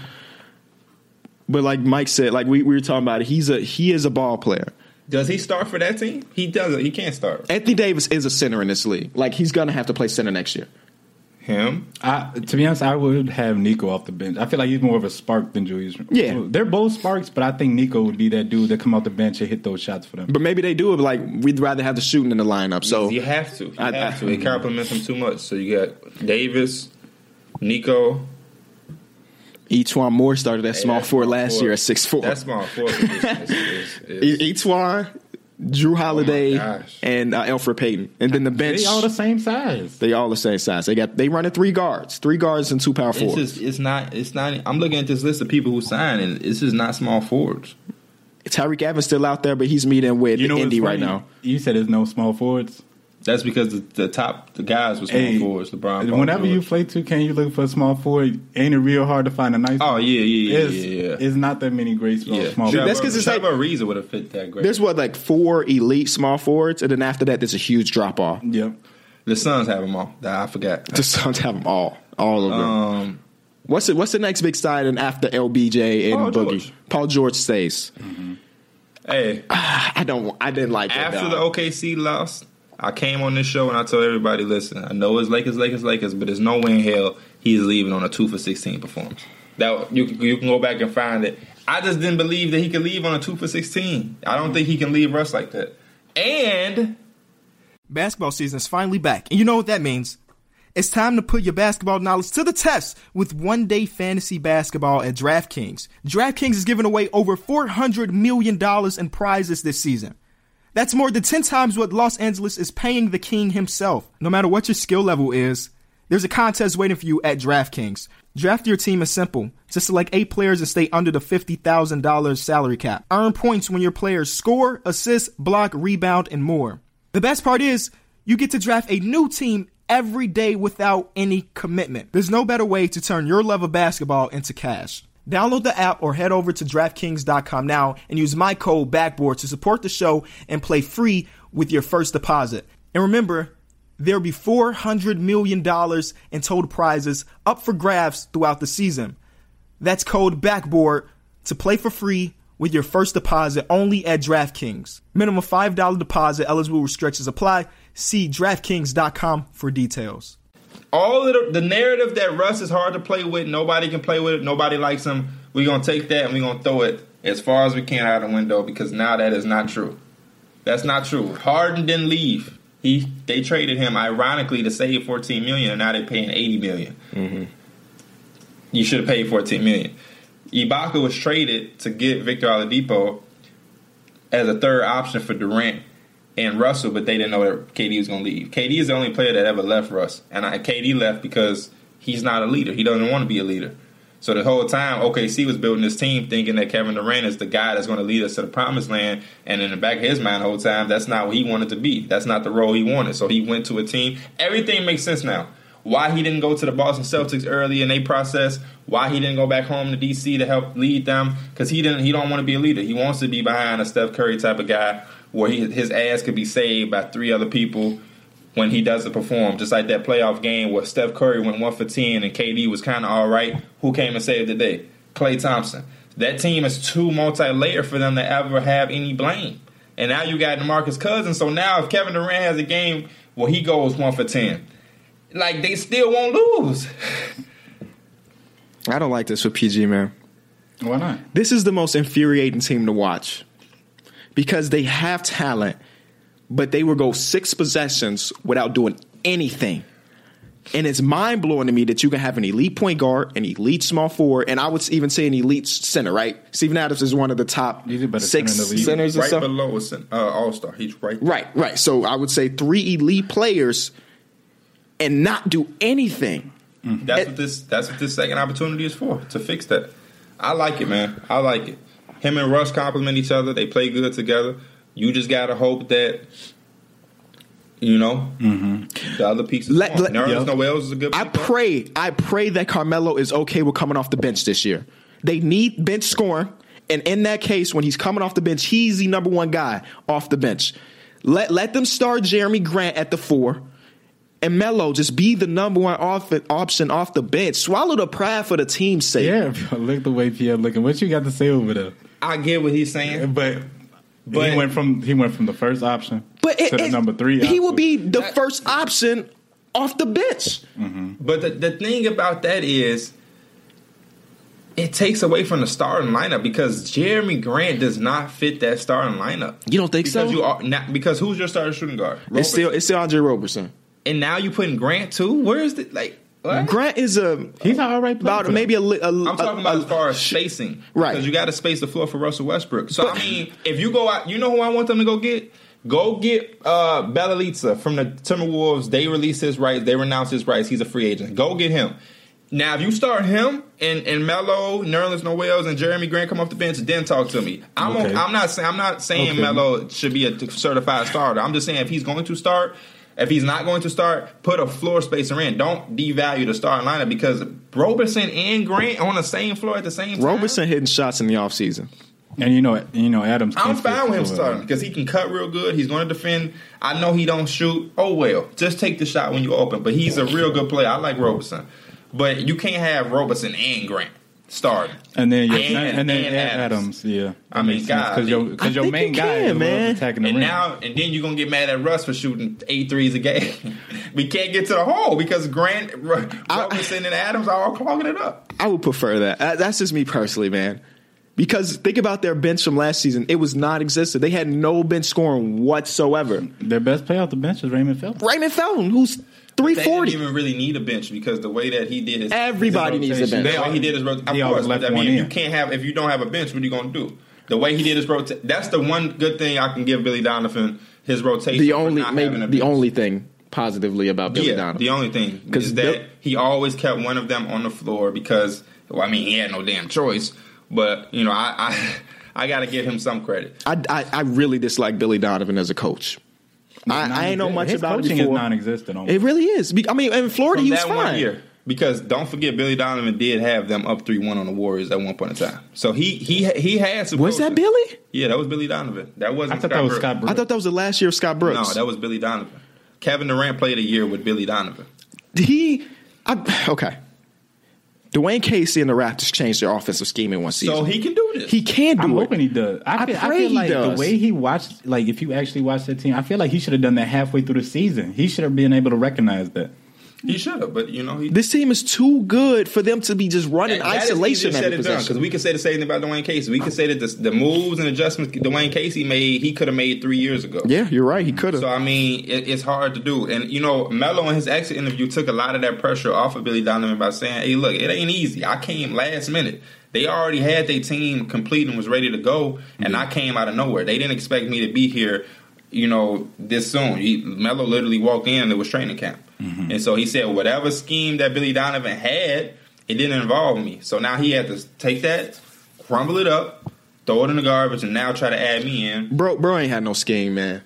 A: But like Mike said, like we, we were talking about, it, he's a he is a ball player.
C: Does he start for that team? He doesn't. He can't start.
A: Anthony Davis is a center in this league. Like he's gonna have to play center next year.
C: Him?
B: I, to be honest, I would have Nico off the bench. I feel like he's more of a spark than Julius. Randle.
A: Yeah.
B: they're both sparks, but I think Nico would be that dude that come off the bench and hit those shots for them.
A: But maybe they do it. Like we'd rather have the shooting in the lineup. So
C: You have to. You
A: I-
C: have
A: I-
C: to. It compliments him too much. So you got Davis, Nico.
A: Etwan Moore started that small
C: that's
A: four
C: small
A: last
C: four.
A: year at six four.
C: That's my fourth. position.
A: *laughs*
C: It's- it's- it's-
A: E- Etwan, Drew Holiday,
C: gosh.
A: and uh, Alfred Payton, and then the bench.
B: Oh They all the same size.
A: They all the same size. They got they running three guards, three guards and two power
C: It's
A: forwards.
C: just it's not it's not. I'm looking at this list of people who signed, and it's just not small forwards.
A: Tyreek Evans still out there, but he's meeting with
B: what's
A: Indy right
B: funny?
A: now.
B: You said there's no small forwards.
C: That's because the, the top the guys were small
B: Hey,
C: forwards. LeBron. Paul
B: Whenever you
C: George.
B: play 2K, you look for a small forward. Ain't it real hard to find a nice?
C: Oh yeah, yeah, yeah,
B: it's,
C: yeah, yeah.
B: it's not that many great small,
C: yeah.
B: small
A: Dude,
B: forwards.
A: that's 'cause it's
C: Trevor Ariza would have fit that great.
A: There's what like four elite small forwards, and then after that, there's a huge drop off.
B: Yep.
C: the Suns have them all. Nah,
A: *laughs*
C: I forgot.
A: The Suns have them all, all of them.
C: Um,
A: what's the, what's the next big signing after LBJ and
C: Paul
A: Boogie?
C: George.
A: Paul George stays.
C: hey,
A: I don't. I didn't like that.
C: after
A: dog.
C: the OKC loss, I came on this show and I told everybody, listen, I know it's Lakers, Lakers, Lakers, but there's no way in hell he's leaving on a two for sixteen performance. That you can- you can go back and find it. I just didn't believe that he could leave on a two for sixteen. I don't think he can leave Russ like that. And
D: Basketball season is finally back, and you know what that means. It's time to put your basketball knowledge to the test with one day fantasy basketball at DraftKings. DraftKings is giving away over $400 million in prizes this season. That's more than 10 times what Los Angeles is paying the king himself. No matter what your skill level is, there's a contest waiting for you at DraftKings. Draft your team is simple. Just select eight players and stay under the $50,000 salary cap. Earn points when your players score, assist, block, rebound, and more. The best part is, you get to draft a new team every day without any commitment. There's no better way to turn your love of basketball into cash. Download the app or head over to DraftKings.com now and use my code BACKBOARD to support the show and play free with your first deposit. And remember, there'll be $400 million in total prizes up for grabs throughout the season. That's code BACKBOARD to play for free with your first deposit only at DraftKings. Minimum $5 deposit, eligible restrictions apply. See DraftKings.com for details.
C: all of the, the narrative that Russ is hard to play with, nobody can play with it, nobody likes him. We're gonna take that and we're gonna throw it as far as we can out the window because now that is not true. That's not true. Harden didn't leave. He they traded him ironically to save 14 million, and now they're paying 80 million. You should have paid 14 million. Ibaka was traded to get Victor Oladipo as a third option for Durant and Russell, but they didn't know that KD was going to leave. KD is the only player that ever left Russ, and I, KD left because he's not a leader. He doesn't want to be a leader. So the whole time, OKC was building this team thinking that Kevin Durant is the guy that's going to lead us to the promised land, and in the back of his mind, the whole time, that's not what he wanted to be. That's not the role he wanted. So he went to a team. Everything makes sense now. Why he didn't go to the Boston Celtics early in their process? Why he didn't go back home to DC to help lead them? Because he didn't. He don't want to be a leader. He wants to be behind a Steph Curry type of guy where he, his ass could be saved by three other people when he doesn't perform. Just like that playoff game where Steph Curry went one for ten and KD was kind of all right. Who came and saved the day? Klay Thompson. That team is too multi-layered for them to ever have any blame. And now you got DeMarcus Cousins. So now if Kevin Durant has a game where he goes one for ten, like they still won't lose.
A: I don't like this for PG man.
B: Why not?
A: This is the most infuriating team to watch because they have talent, but they will go six possessions without doing anything. And it's mind blowing to me that you can have an elite point guard, an elite small forward, and I would even say an elite center. Right? Steven Adams is one of the top
B: He's a better
A: six
B: center in the league.
A: centers or
C: right
A: something.
C: below us, in, uh, All Star. He's right. there.
A: Right, right. So I would say three elite players and not do anything.
C: That's what this. That's what this second opportunity is for to fix that. I like it, man. I like it. Him and Russ complement each other. They play good together. You just gotta hope that you know the other pieces.
A: Mm-hmm. Let-
C: Let,
A: let-
B: yeah.
C: Noel is a good.
A: I
C: point guard.
A: pray, I pray that Carmelo is okay with coming off the bench this year. They need bench scoring, And in that case, when he's coming off the bench, he's the number one guy off the bench. Let let them start Jeremy Grant at the four. And Melo just be the number one off, option off the bench. Swallow the pride for the team's sake.
B: Yeah, bro, look the way Pierre looking. What you got to say over there?
C: I get what he's saying.
B: But,
C: But-
B: he went from he went from the first option
A: But it,
B: to the
A: it-
B: number three.
A: he
B: option.
A: will be the first option off the bench.
C: But the, the thing about that is, it takes away from the starting lineup because Jeremy Grant does not fit that starting lineup.
A: You don't think
C: because
A: so?
C: You are, not, because who's your starting shooting guard?
A: It's still it's still Andre Roberson.
C: and now you putting Grant too. Where is the like? What?
A: Grant is a
B: He's all right. player
A: about
B: for
A: maybe a, li- a
C: I'm talking about as far as spacing,
A: Right.
C: Because you got to space the floor for Russell Westbrook. So I mean, if you go out, you know who I want them to go get. Go get uh, Bellalica from the Timberwolves. They release his rights. They renounce his rights. He's a free agent. Go get him. Now, if you start him and and Melo, Nerlens Noel, and Jeremy Grant come off the bench, then talk to me. I'm
B: Okay.
C: okay. I'm not saying I'm not saying
B: Okay.
C: Melo should be a certified starter. I'm just saying if he's going to start, if he's not going to start, put a floor spacer in. Don't devalue the starting lineup because Roberson and Grant on the same floor at the same time.
A: Roberson hitting shots in the offseason.
B: And you know, you know, Adams.
C: I'm
B: can't fit
C: fine with him
B: for, uh,
C: starting because he can cut real good. He's going to defend. I know he don't shoot. Oh well, just take the shot when you open. But he's a real good player. I like Roberson, but you can't have Roberson and Grant starting.
B: And then your,
C: And-
B: and, then
C: and
B: add
C: Adams.
B: Adams. yeah.
C: I mean, God,
B: because your
A: I
B: because your
A: think
B: main
A: you
B: guy
A: can,
B: is
A: man.
B: man. attacking the
C: And
B: rim.
C: now, and then you're gonna get mad at Russ for shooting eight threes a game. *laughs* we can't get to the hole because Grant, R-
A: I-
C: Robertson, and Adams are all clogging it up.
A: I would prefer that. Uh, That's just me personally, man. Because think about their bench from last season. It was non-existent. They had no bench scoring whatsoever.
B: their best player off the bench is Raymond Phelps.
A: Raymond Felton, who's
C: They didn't
A: 340.
C: even really need a bench because the way that he did his
A: Everybody
C: his
A: needs a
C: rotation-
A: bench.
C: The way he did his rotation,
B: He
C: of
B: always
C: course.
B: left
C: But I mean,
B: one
C: if you
B: in.
C: can't have if you don't have a bench, what are you gonna do? The way he did his rotation, that's the one good thing I can give Billy Donovan. His rotation,
A: The
C: for
A: only
C: not having
A: maybe the
C: a bench.
A: only thing positively about Billy
C: yeah,
A: Donovan.
C: the only thing
A: 'Cause
C: is
A: Bill-
C: that he always kept one of them on the floor because well, I mean he had no damn choice. But you know, I I, I *laughs* got to give him some credit.
A: I, I I really dislike Billy Donovan as a coach. I, I ain't know much
B: His
A: about it
B: coaching is
A: before.
B: non-existent. almost.
A: It really is. Be- I mean, in Florida,
C: From
A: he was
C: that one
A: fine.
C: year, because don't forget Billy Donovan did have them up three one on the Warriors at one point in time. So he he he had some.
A: Was that
C: coaches.
A: Billy?
C: Yeah, that was Billy Donovan. That
B: I
C: wasn't.
B: thought that was
C: Brooks.
B: Scott. Brooks.
A: I thought that was the last year of Scott Brooks.
C: No, that was Billy Donovan. Kevin Durant played a year with Billy Donovan.
A: he I, okay. Dwayne Casey and the Raptors changed their offensive scheme in one season.
C: So
A: he,
C: he can do this.
A: can do
B: I'm
A: it.
B: hoping he does. I,
A: I
B: feel,
A: pray
B: I feel
A: he
B: like
A: does.
B: the way he watched, like if you actually watch that team, I feel like he should have done that halfway through the season. He should have been able to recognize that.
C: he should have, but you know he.
A: This team is too good for them to be just running isolation every
C: because
A: possession.
C: we can say the same thing about Dwayne Casey. We can say that the, the moves and adjustments Dwayne Casey made, he could have made three years ago.
A: Yeah, you're right. He could have.
C: So I mean, it, it's hard to do. And you know, Melo in his exit interview took a lot of that pressure off of Billy Donovan by saying, "Hey, look, it ain't easy. I came last minute. They already had their team complete and was ready to go, and I came out of nowhere. They didn't expect me to be here." You know, this soon. He, Melo literally walked in. It was training camp, and so he said, "Whatever scheme that Billy Donovan had, it didn't involve me. So now he had to take that, crumble it up, throw it in the garbage, and now try to add me in."
A: bro, bro ain't had no scheme, man.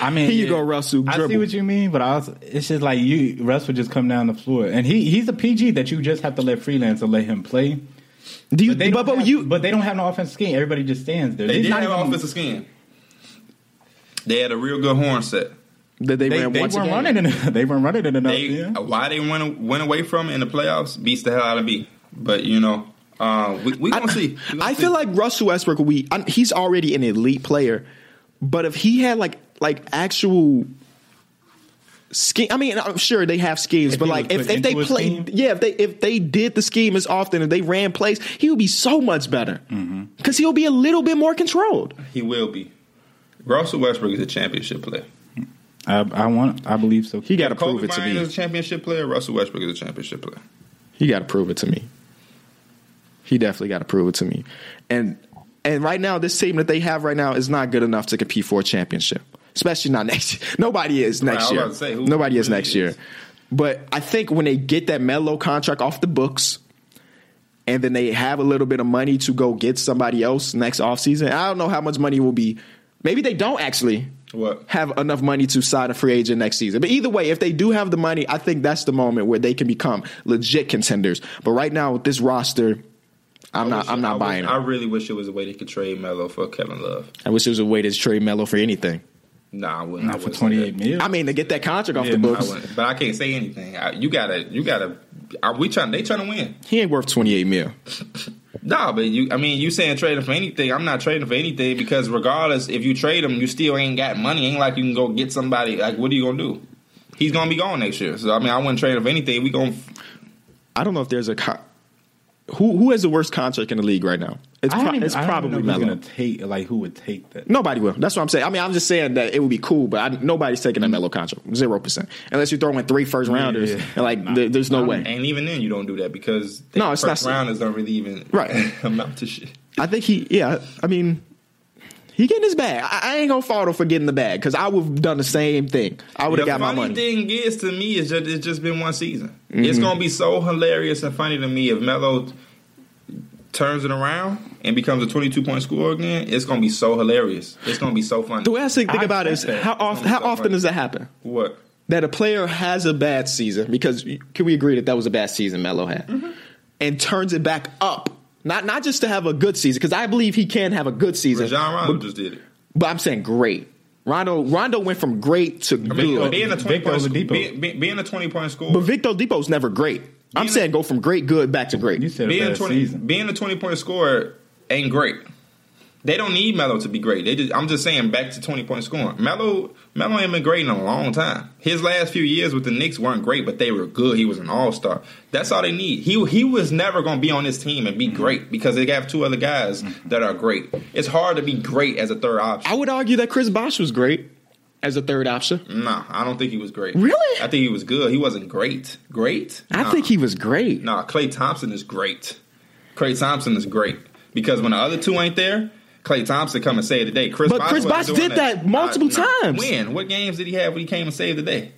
B: I
A: *laughs*
B: mean,
A: here you
B: yeah,
A: go, Russell.
B: I see
A: dribble.
B: what you mean, but I also, it's just like you, Russ would just come down the floor, and he he's a PG that you just have to let freelance and let him play.
A: Do you?
B: But they
A: But,
B: don't
A: but
B: have,
A: you.
B: but they don't have no offensive scheme. Everybody just stands there.
C: They
B: It's
C: did
B: not
C: have
B: even-
C: offensive scheme. They had a real good horn set.
A: that they,
B: They,
A: ran
B: they
A: once
B: weren't
A: a game.
B: running. In, they weren't running it enough.
C: They
A: Oh,
B: yeah.
C: why they went went away from it in the playoffs beats the hell out of me. But you know, uh, we we
A: *laughs*
C: gonna see. We gonna
A: I
C: see.
A: feel like Russell Westbrook. will be I'm- he's already an elite player, but if he had like like actual scheme, I mean, I'm sure they have schemes,
B: If
A: but
B: he
A: like
B: was
A: if,
B: put
A: if they
B: into a
A: play,
B: scheme?
A: yeah, if they if they did the scheme as often and they ran plays, he would be so much better because
B: Mm-hmm.
A: he'll be a little bit more controlled.
C: he will be. Russell Westbrook is a championship player.
B: I, I want. I believe so.
A: He got to prove
C: Kobe
A: it to
C: Bryant is
A: me.
C: a championship player. Russell Westbrook is a championship player.
A: He got to prove it to me. He definitely got to prove it to me, and and right now this team that they have right now is not good enough to compete for a championship, especially not *laughs* next. year. Nobody is
C: I
A: next
C: was
A: year.
C: about to say, who
A: Nobody is
C: really
A: next
C: is?
A: year. But I think when they get that Melo contract off the books, and then they have a little bit of money to go get somebody else next offseason, I don't know how much money it will be. Maybe they don't actually
C: What?
A: have enough money to sign a free agent next season. But either way, if they do have the money, I think that's the moment where they can become legit contenders. But right now with this roster, I'm
C: I
A: not.
C: wish-
A: I'm not
C: I
A: buying
C: wish,
A: it.
C: I really wish it was a way they could trade Melo for Kevin Love.
A: I wish it was a way to trade Melo for anything.
C: Nah, I wouldn't. I
B: Not for
C: wouldn't say
B: twenty eight
C: that.
B: mil.
A: I mean, to get that contract off
B: Yeah,
A: the
B: no, I
A: books,
C: I wouldn't. But I can't say anything. I, you gotta, you gotta. Are we trying? They trying to win.
A: he ain't worth 28 mil.
C: Nah, but you. I mean, you saying trading for anything? I'm not trading for anything because regardless, if you trade him, you still ain't got money. Ain't like you can go get somebody. Like, what are you gonna do? He's gonna be gone next year. So I mean, I wouldn't trade him for anything. We gonna.
A: I don't know if there's a co- who who has the worst contract in the league right now. It's,
B: I
A: pro-
B: don't even-
A: it's
B: I don't even
A: probably
B: know who's
A: Melo.
B: gonna take like who would take that.
A: Nobody will. That's what I'm saying. I mean, I'm just saying that it would be cool, but I, nobody's taking a Melo contract. Zero percent, unless you throw in three first rounders.
B: yeah.
A: And like, there, there's no way.
C: And even then, you don't do that because
A: No,
C: the
A: it's
C: first
A: not-
C: rounders don't really even
A: Right.
C: *laughs* amount to shit.
A: I think he, yeah, I mean, he getting his bag. I, I ain't gonna fault him for getting the bag because I would have done the same thing. I would have
C: the
A: got my
C: funny
A: money. Mm-hmm.
C: thing is to me is that it's just been one season. It's gonna be so hilarious and funny to me if Melo turns it around and becomes a twenty-two point scorer again. It's gonna be so hilarious. It's gonna be so funny.
A: The way I think, think
B: I
A: about it is
B: expect that.
A: how often
C: It's gonna
A: how
C: be so
A: often
C: funny.
A: does that happen?
C: what?
A: That a player has a bad season because can we agree that that was a bad season Melo had,
C: Mm-hmm.
A: and turns it back up. Not not just to have a good season because I believe he can have a good season.
C: John Rondo just did it.
A: But I'm saying great. Rondo Rondo went from great to
C: I mean,
A: good.
C: being a twenty
B: Victor
C: point sc-
B: Oladipo.
C: being, being- being a twenty point scorer,
A: but Victor Depot's never great. I'm
C: Being a-
A: saying go from great good back to
B: You
A: great.
B: said a
C: being
B: bad
C: twenty,
B: season.
C: being a twenty point scorer ain't great. They don't need Melo to be great. They just, I'm just saying back to twenty point scoring. Melo, Melo ain't been great in a long time. His last few years with the Knicks weren't great, but they were good. He was an all star. That's all they need. He he was never going to be on this team and be great because they have two other guys that are great. It's hard to be great as a third option.
A: I would argue that Chris Bosh was great as a third option.
C: nah, I don't think he was great.
A: Really?
C: I think he was good. He wasn't great. Great?
A: I think he was great.
C: No, Clay Thompson is great. Clay Thompson is great because when the other two ain't there, Clay Thompson come and save the day. Chris
A: But Chris
C: wasn't
A: Bosh
C: doing
A: did that multiple times.
C: When? What games did he have when he came and saved the day?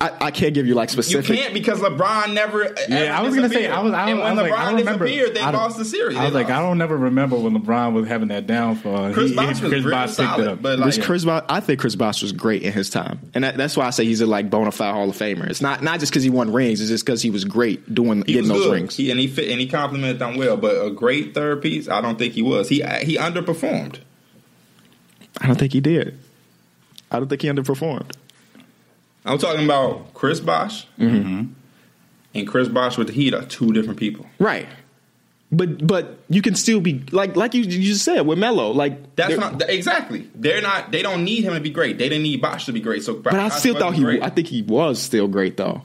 A: I, I can't give you like
C: You
A: specific.
C: can't because LeBron never. e-, ever
B: I was gonna say
C: disappeared.
B: I was. I,
C: and
B: was-
C: when
B: I was
C: LeBron
B: like, I don't remember.
C: disappeared, they
B: I don't-
C: lost the series.
B: I was
C: They
B: like, I
C: lost.
B: don't never remember when LeBron was having that downfall.
C: Chris
B: He-
C: Bosh was
B: he- Chris
C: really
B: Bosh picked it
C: solid,
B: up.
C: but
A: Was
C: like-
A: Chris Bosh, I think Chris Bosh was great in his time, and that, that's why I say he's a like bona fide Hall of Famer. It's not not just because he won rings; it's just because he was great doing
C: He
A: getting
C: was
A: those
C: good.
A: rings.
C: He, and he fit and he complimented them well, but a great third piece, I don't think he was. He he underperformed.
A: I don't think he did. I don't think he underperformed.
C: I'm talking about Chris Bosh
B: Mm-hmm.
C: and Chris Bosh with the Heat are two different people.
A: Right. But but you can still be like like you you just said with Melo like
C: That's
A: there-
C: not th- exactly. They're not. They don't need him to be great. They didn't need Bosh to be great. So,
A: But I still thought he
C: great.
A: I think he was still great though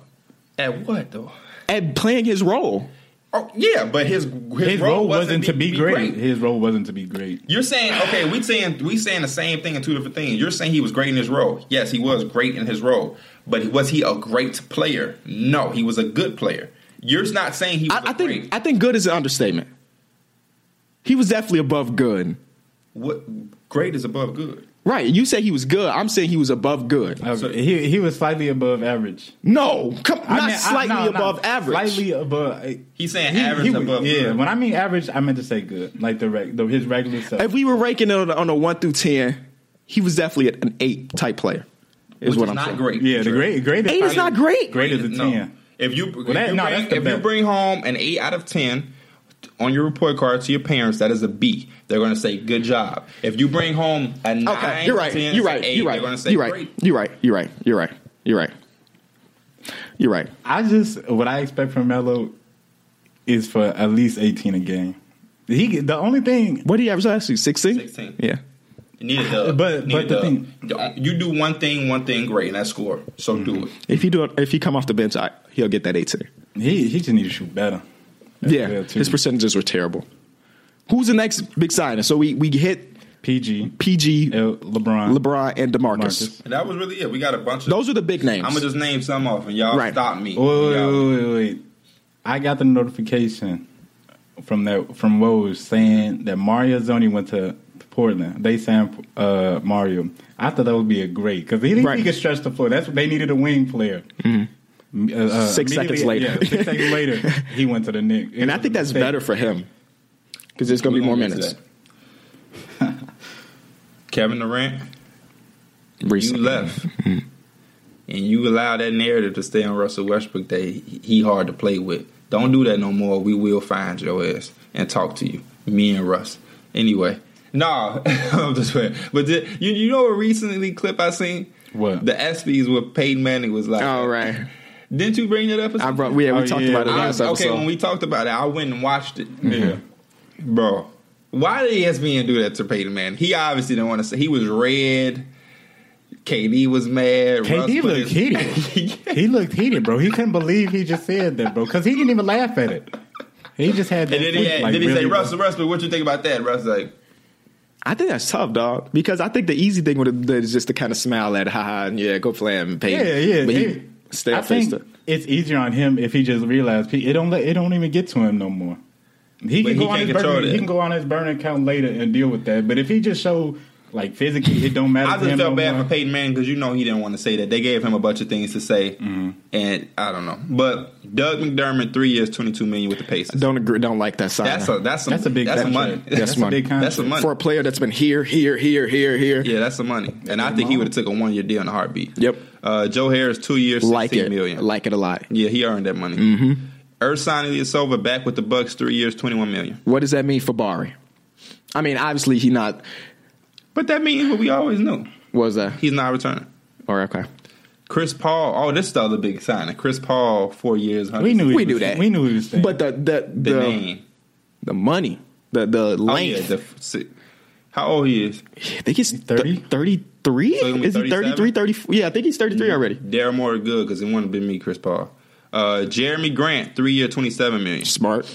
C: at what though?
A: at playing his role.
C: Oh yeah, but his his,
B: his role wasn't to be great.
C: great.
B: His role wasn't to be great.
C: You're saying okay, we saying we saying the same thing in two different things. You're saying he was great in his role. Yes, he was great in his role. But was he a great player? No, he was a good player. You're not saying he was
A: I, I
C: a
A: think
C: great.
A: I think good is an understatement. He was definitely above good.
C: what great is above good.
A: Right, you say he was good. I'm saying he was above good.
B: Okay, he he was slightly above average.
A: No, come, not
B: I mean, I-
A: slightly
B: no, no,
A: above average.
B: Slightly above. I-
C: He's saying average
B: was-
C: above
B: Yeah,
C: good.
B: when I mean average, I meant to say good, like the, reg, the his regular stuff.
A: If we were ranking it on a, on a one through ten, he was definitely an eight type player. Is
C: Which
A: what
C: is
A: I'm
C: not
A: saying.
C: great.
B: yeah, the great great
A: Eight is not great.
B: Great is a
C: No.
B: ten.
C: If you if,
B: that- no,
C: you, bring,
B: that's the
C: if you
B: best.
C: bring home an eight out of ten on your report card to your parents, that is a B. They're going to say good job. If you bring home a nine,
A: Okay, you're right.
C: 10,
A: You're right.
C: eight,
A: You're
C: They're
A: right.
C: going to say
A: You're right.
C: great.
A: You're right. You're right. You're right. You're right. You're right.
B: I just what I expect from Melo is for at least eighteen a game. He the only thing
A: What did he average last year? 16?
C: 16.
A: Yeah.
C: Neither does.
B: But-
C: neither
B: but the
C: does.
B: thing-
C: you do one thing, one thing great, and that's score. So do it.
A: If he do, if he come off the bench, I, he'll get that 18.
B: he he just need to shoot better.
A: Yeah.
B: yeah, too.
A: His percentages were terrible. Who's the next big signing? So we we hit
B: PG,
A: PG,
B: L, LeBron,
A: LeBron, and DeMarcus.
B: Marcus.
C: And that was really it. We got a bunch of.
A: Those are the big names.
C: I'm gonna just name some off, and y'all
A: Right.
C: stop me.
B: Wait, wait,
C: Y'all-
B: wait, wait, wait. I got the notification from that from Woes saying that Mario Zoni went to Portland. They signed uh, Mario. I thought that would be a great because he didn't
A: Right.
B: he could stretch the floor. That's what they needed a wing player. Uh, uh,
A: Mm-hmm. Six
B: immediately-
A: seconds later.
B: yeah, six seconds later, he went to the Knicks.
A: and I think that's better for him because there's going to be more
C: We're gonna get to
A: minutes.
C: that. Kevin Durant, you
A: Recently.
C: left, and you allowed that narrative to stay on Russell Westbrook that he, he hard to play with. Don't do that no more. We will find your ass and talk to you. Me and Russ. Anyway, nah, *laughs* I'm just playing. But the, you you know a recently clip I seen?
B: What?
C: the ESPYS where Peyton Manning was like.
A: All Oh, right.
C: Didn't you bring that up? or
A: I
C: something?
A: brought. Yeah, we
B: Oh,
A: talked
B: yeah.
A: about it
B: the
C: I-
A: last episode.
C: Okay, when we talked about it, I went and watched it.
B: Yeah.
C: Bro, why did E ESPN do that to Peyton Manning? He obviously didn't want to say he was red. KD was mad. Russ
B: KD
C: put
B: looked
A: *laughs*
C: his-
B: heated. he looked heated, bro. He couldn't believe he just said that, bro, because he didn't even laugh at it. He just had that.
C: *laughs* And then he,
B: look,
C: had,
B: like,
C: then he
B: really-
C: said, Russell, Russell, what you think about that? Russell's like,
A: I think that's tough, dog. Because I think the easy thing would have done is just to kind of smile at, haha, and yeah, go play him, pay.
B: Yeah, yeah.
A: But
B: it-
A: he stay
B: I
A: up face
B: think
A: to.
B: it's easier on him if he just realized he- it don't let- it don't even get to him no more. He
C: But
B: can
C: he
B: go on
C: can't
B: his
C: control
B: burner,
C: that.
B: he can go on his burner account later and deal with that. But if he just show like physically, it don't matter.
C: I
B: to him
C: just felt
B: no
C: bad
B: more.
C: for Peyton Manning because you know he didn't want to say that. They gave him a bunch of things to say,
B: Mm-hmm.
C: and I don't know. But Doug McDermott, three years, twenty two million with the Pacers.
A: Don't agree. Don't like that sign.
C: that's a that's some,
B: That's a big
C: that's some money.
B: contract.
A: That's
C: *laughs*
B: a big contract.
C: That's some money.
A: for a player that's been here, here, here, here, here.
C: Yeah, that's some money. And I think he would have took a one year deal in a heartbeat.
A: Yep.
C: Uh, Joe Harris, two years,
A: like
C: sixteen
A: it,
C: million.
A: like it a lot.
C: Yeah, he earned that money. Mm-hmm. Ersan Ilyasova back with the Bucks, three years, twenty one million.
A: What does that mean for Bari? I mean, obviously he not.
C: But that means what we always knew.
A: What was that?
C: He's not returning.
A: Or okay,
C: Chris Paul. Oh, this is the other big signing. Chris Paul, four years.
B: We knew he
A: We
B: was,
A: knew that.
B: We knew he was. Staying.
A: but the the the
C: the,
A: the,
C: name.
A: money, the the
C: Oh,
A: length.
C: yeah, the f- si- how old he is?
A: I think he's
B: 30?
A: 33?
C: So he'll be
A: Is he 33,
C: 37?
A: 34? Yeah, I think he's 33
C: Mm-hmm.
A: already.
C: Daryl Moore good because it wouldn't have been me, Chris Paul. Uh, Jeremy Grant, three year, twenty seven million.
A: Smart.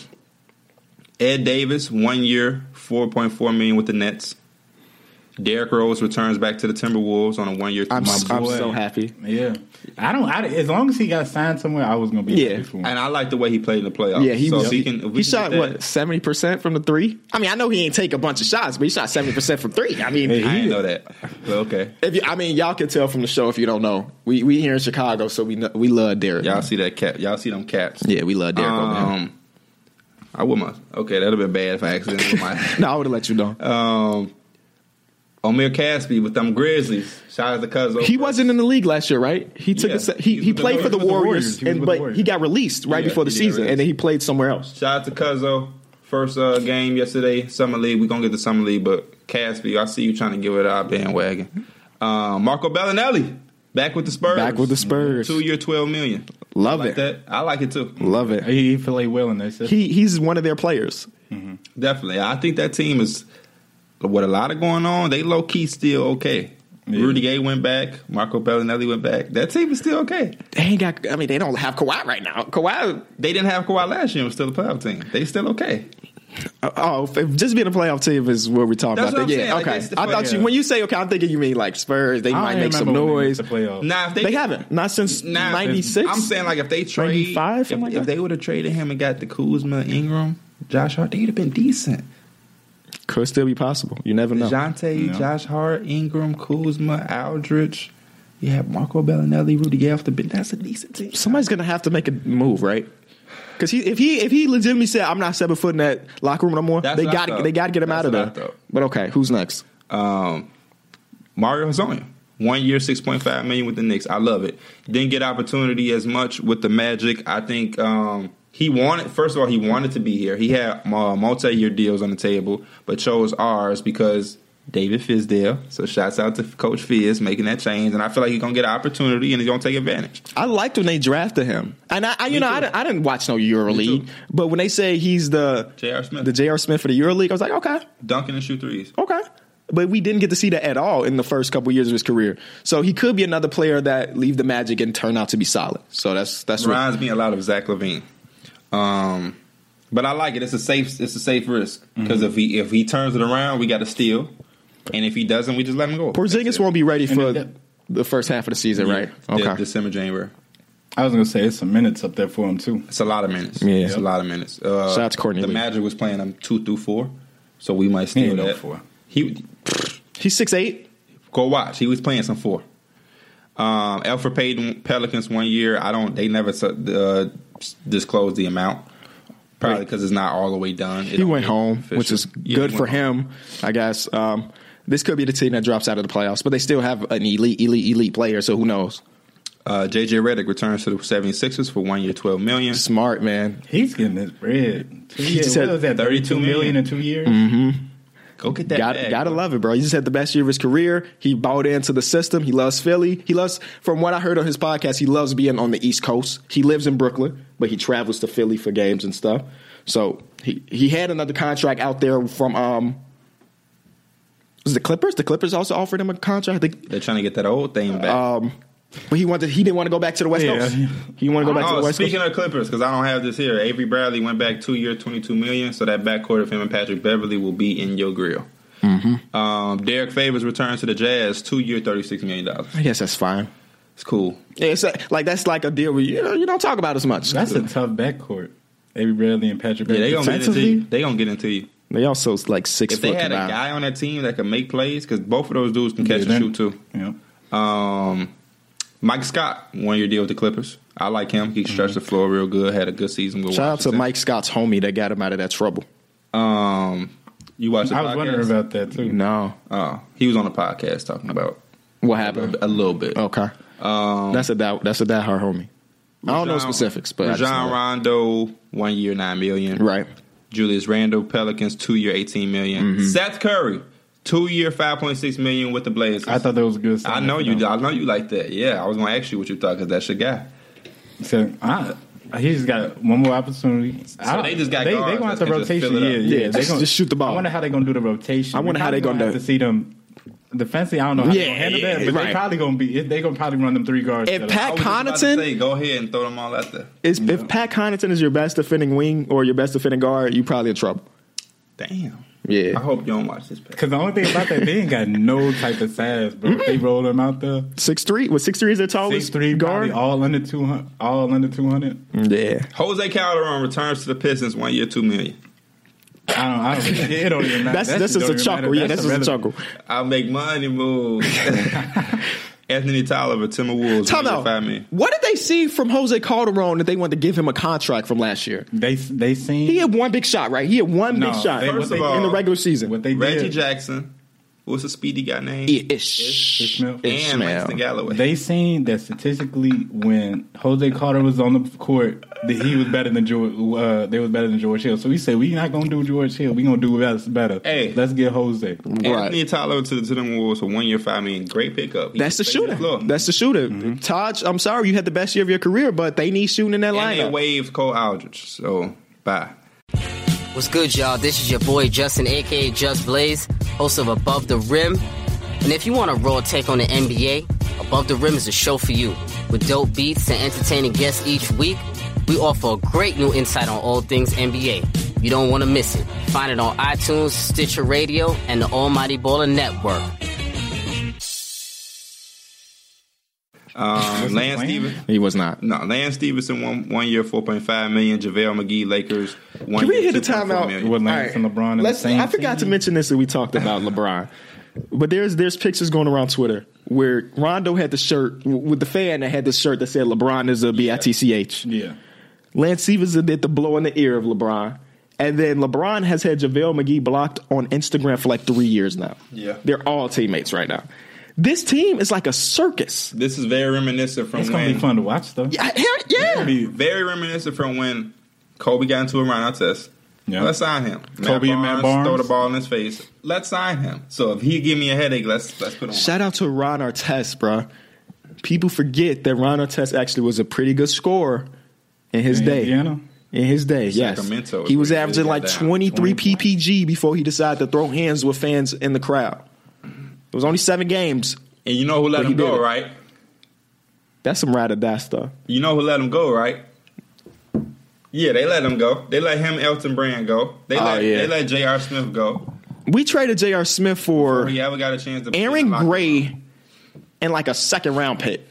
C: Ed Davis, one year, four point four million with the Nets. Derrick Rose returns back to the Timberwolves on a one year.
A: I'm,
B: My
A: s- I'm
B: boy.
A: so happy.
B: yeah, I don't. I, as long as he got signed somewhere, I was gonna be
A: Yeah.
B: happy for him.
C: and I like the way he played in the playoffs.
A: Yeah, he
C: Oh, So
A: was,
C: if
A: he,
C: can- if we
A: he
C: can
A: shot
C: get
A: what
C: that-
A: 70% from the 3? I mean, I know he ain't take a bunch of shots, but he shot 70% from 3. I mean,
B: Hey,
C: I
B: he-
C: didn't know that. *laughs* But okay,
A: if you, I mean, y'all can tell from the show if you don't know. We we here in Chicago, so we know, we love Derek.
C: y'all see that cap? Y'all see them caps?
A: Yeah, we love Derek over here.
C: Um, I would my okay. That'd have been bad if I accidentally. with my-
A: *laughs* No, I would have let you know.
C: um, Omir Caspi with them Grizzlies. Shout out to Cuzzo.
A: he wasn't in the league last year, right? He took
C: Yeah.
A: a, se- he
C: He
A: he
C: was
A: played
C: with
A: for the
B: the Warriors.
A: Warriors,
B: He was
A: and
B: with
A: but
B: the Warriors.
A: he got released right
C: Yeah,
A: before the
C: he did get
A: season, and then he played somewhere else.
C: Shout out to Cuzzo. First uh, game yesterday, summer league. We're gonna get the summer league, but Caspi, I see you trying to give it our bandwagon. Um, Marco Bellinelli back with the Spurs.
A: Back with the Spurs.
C: Two year, twelve million.
A: Love
C: Like
A: it,
C: that. I like it too.
A: love it.
B: he, he played well in this.
A: He he's one of their players.
C: Definitely. I think that team is with a lot of going on. They low key still okay.
B: Yeah.
C: Rudy Gay went back. Marco Bellinelli went back. That team is still okay.
A: They ain't got. I mean, they don't have Kawhi right now. Kawhi.
C: They didn't have Kawhi last year. It was still a playoff team. They still okay.
A: Oh, if just being a playoff team is what we're talking
C: That's
A: about.
C: what I'm
A: yeah.
C: saying. Like,
A: okay.
C: that's the
A: I thought you
B: playoff.
A: when you say okay, I'm thinking you mean like Spurs. They might make some noise.
B: Playoff.
C: Now if they,
A: They haven't not since
C: Now,
A: '96.
C: I'm saying like if they trade
A: 95,
C: if,
A: something like
C: if
A: that?
C: they would have traded him and got the Kuzma, Ingram, Josh Hart, they'd have been decent.
A: could still be possible. You never know.
B: No.
C: DeJounte, Josh Hart, Ingram, Kuzma, Aldrich. You have Marco Bellinelli, Rudy Gay off the bench. That's a decent team.
A: Somebody's gonna have to make a move, right? Because he, if he, if he legitimately said, "I'm not seven foot in that locker room no more,"
C: That's
A: they
C: what I
A: got,
C: thought.
A: they got to get him out
C: That's
A: of
C: what I
A: there.
C: thought.
A: But okay, who's next?
C: Um, Mario Hazonia. One year, six point five million with the Knicks. I love it. Didn't get opportunity as much with the Magic. I think um, he wanted. First of all, he wanted to be here. He had uh, multi year deals on the table, but chose ours because David Fizdale. So, shouts out to Coach Fizz making that change. And I feel like he's gonna get an opportunity and he's gonna take advantage.
A: I liked when they drafted him, and I, I you know, I
C: too.
A: didn't, I didn't watch no EuroLeague, but when they say he's the
C: J.R. Smith.
A: the J.R. Smith for the EuroLeague, I was like, okay,
C: Dunking and shoot threes.
A: okay. But we didn't get to see that at all in the first couple years of his career. So he could be another player that leave the Magic and turn out to be solid. So that's that's what-
C: Reminds me a lot of Zach Levine. Um, but I like it. It's a safe. It's a safe risk because if he if he turns it around, we got to steal, and if he doesn't, we just let him go.
A: Porzingis won't be ready
B: And
A: for
B: if that-
A: the first half of the season, right?
C: Yeah, De- December, January.
B: I was gonna say it's some minutes up there for him too.
C: It's a lot of minutes.
A: Yeah.
C: it's a lot of minutes. Uh,
A: Shout out to Courtney
C: The
A: Lee.
C: Magic was playing them two through four, so we might
B: He
C: steal
B: ain't no
C: that.
B: four.
C: He
A: He's six eight.
C: go watch. He was playing some four. Um, Alfred Payton Pelicans one year. I don't. They never su- uh, disclosed the amount. Probably because it's not all the way done.
A: He went home, which is good for him, I guess. Um, this could be the team that drops out of the playoffs, but they still have an elite, elite, elite player. So who knows?
C: Uh, JJ Redick returns to the 76ers for one year, 12 million.
A: Smart man.
B: He's getting his bread. Two
A: He
B: years,
A: just had
B: what was that,
C: 32
B: 32 million in two
A: Mm-hmm.
B: years?
C: Go get that.
A: Got,
C: bag,
A: gotta
C: bro.
A: love it, bro. He just had the best year of his career. He bought into the system. He loves Philly. He loves, from what I heard on his podcast, he loves being on the East Coast. He lives in Brooklyn, but he travels to Philly for games and stuff. So he, he had another contract out there from um, was it the Clippers. The Clippers also offered him a contract. I think
C: They're trying to get that old thing back.
A: Um, but he wanted he didn't want to go back to the West
B: Yeah.
A: Coast. He wanted to go back to the
C: oh,
A: West
C: speaking
A: Coast.
C: of Clippers, because I don't have this here. Avery Bradley went back two year, twenty two million. So that backcourt of him and Patrick Beverly will be in your grill.
A: Mm-hmm.
C: Um, Derek Favors returns to the Jazz, two year, thirty six million dollars.
A: I guess that's fine.
C: It's cool.
A: Yeah, it's like, like that's like a deal where you know you don't talk about as much.
B: That's a tough backcourt. Avery Bradley and Patrick
C: Yeah,
B: Beverly.
C: they gonna get into you.
B: Defensively,
C: They gonna get into you.
A: they also like six
C: If they
A: foot.
C: had a
A: nine.
C: guy on that team that could make plays, because both of those dudes can catch
B: Yeah,
C: and shoot
B: then-
C: too.
B: Yeah.
C: Um, Mike Scott, one year deal with the Clippers. I like him. He stretched the floor real good. Had a good season with.
A: Shout out to
C: Washington.
A: Mike Scott's homie that got him out of that trouble.
C: Um, you watched. The
B: I was wondering
C: podcast?
B: about that too.
A: No,
C: Oh, he was on a podcast talking about Oh.
A: what
C: a little
A: happened?
C: bit- a little bit.
A: Okay,
C: Um,
A: that's a that that's a that hard homie. I don't know
C: Rajon-
A: specifics, but I just
C: Rajon
A: know-
C: Rondo, one year, nine million.
A: right. Mm-hmm.
C: Julius Randle, Pelicans, two year, eighteen million. Seth Curry, two year, five point six million with the Blazers.
B: I thought that was a good.
C: I
B: sign
C: know
B: for
C: you.
B: them.
C: I know you like that. Yeah, I was gonna ask you what you thought because that's your guy.
B: So I, he just got one more opportunity. I,
C: they just got
B: they,
C: guards
B: they going
C: that
B: to
C: can just
B: rotation.
C: fill
B: Yeah,
C: it up.
B: yeah.
A: Yeah,
B: they
A: just-
B: gonna,
A: just shoot the ball.
B: I wonder how they going to do the rotation.
A: I wonder
B: We
A: how they
B: probably
A: gonna
B: have
A: do
B: to see them. Defensively, I don't know how
A: Yeah,
B: yeah, they handle
A: yeah,
B: that, but
A: right.
B: they probably gonna be they gonna probably run them three guards.
A: If
B: that are-
A: Pat
C: I was just about to
A: Connaughton?
C: say, go ahead and throw them all out there.
A: Is, If Pat Connaughton is your best defending wing or your best defending guard, you probably in trouble.
C: Damn. I
B: Uh-huh.
A: Yeah,
C: hope you don't watch this. Pat.
B: Because the only thing about that, they ain't got no type of size, bro. If They roll them out there.
A: six three. What six three is their tallest
B: Six three guard,
A: Oh, guard?
B: all under two hundred, all under two hundred.
A: yeah,
C: Jose Calderon returns to the Pistons, one year, two million.
B: I don't, I *laughs* don't. It don't even matter.
A: that's this is a chuckle. Yeah, this is a chuckle.
C: I'll make
A: *laughs*
C: money move. Anthony Tolliver, Timberwolves,
A: Time
C: one year,
A: out.
C: five million.
A: What did they see from Jose Calderon that they wanted to give him a contract from last year?
B: They they seen
A: He had one big shot, right? He had one
B: No,
A: big shot
B: they-
C: First
B: what
C: of
B: they-
C: all,
A: in the regular season.
B: what they
C: Reggie
B: did.
C: Jackson. What's the speedy guy name?
A: It- Ish-
B: Ishmael.
C: And Langston
A: Ishmael.
C: Galloway.
B: They seen that statistically, when Jose Carter was on the court, that he was better than George. Uh, they was better than George Hill. So we said we not gonna do George Hill. We gonna do us better.
C: Hey.
B: let's get Jose.
C: Anthony Tyler to the to them Wolves for one year five million. Great pickup. He
A: That's the
C: can stay on
A: shooter.
C: floor.
A: That's the shooter.
B: Mm-hmm.
A: Taj, I'm sorry, you had the best year of your career, but they need shooting in that
C: and they
A: lineup.
C: waived Cole Aldridge. So bye.
E: What's good, y'all? This is your boy Justin, aka Just Blaze, host of Above the Rim. And if you want a raw take on the NBA, Above the Rim is a show for you. With dope beats and entertaining guests each week, we offer a great new insight on all things NBA. You don't want to miss it. Find it on iTunes, Stitcher Radio, and the Almighty Baller Network.
C: Um, Lance
B: playing?
C: Stevenson.
A: He was not.
C: No, Lance Stevenson one one year four point five million. JaVale McGee Lakers one
A: Can we
C: year
A: hit a
C: 2.4
A: timeout?
C: million.
B: With Lance and LeBron in the
A: Let's-
B: same
A: I forgot to
B: team?
A: mention this that we talked
B: *laughs*
A: about LeBron, but there's there's pictures going around Twitter where Rondo had the shirt with the fan that had the shirt that said LeBron is a bitch.
B: Yeah,
A: Lance Stevenson did the blow in the ear of LeBron. And then LeBron has had JaVale McGee blocked on Instagram for like three years now.
C: Yeah.
A: They're all teammates right now. This team is like a circus.
C: This is very reminiscent from
B: it's gonna
C: when
B: be fun to watch though.
A: Yeah. hell yeah.
B: Be-
C: very reminiscent from when Kobe got into a run test.
B: Yeah.
C: Let's sign him.
B: Kobe and Matt Barnes.
C: throw the ball in his face. Let's sign him. So if he give me a headache, let's let's put him. on.
A: Shout out to Ron Artest, bro. People forget that Ron Artest actually was a pretty good scorer in his
B: in
A: day.
B: Indiana.
A: In his day,
C: Sacramento
A: yes.
C: is
A: He was
C: where he
A: averaging
C: really
A: like
C: got down.
A: 23 PPG before he decided to throw hands with fans in the crowd. It was only seven games.
C: And you know who let
A: But he
C: him go,
A: did it.
C: right?
A: That's some ride or die stuff.
C: You know who let him go, right? Yeah, they let him go. They let him Elton Brand go. They
A: Oh,
C: let
A: yeah.
C: they let J.R. Smith go.
A: We traded J.R. Smith for
C: Or he ever got a chance to play in
A: Aaron
C: the locker room.
A: Gray and like a second round pick.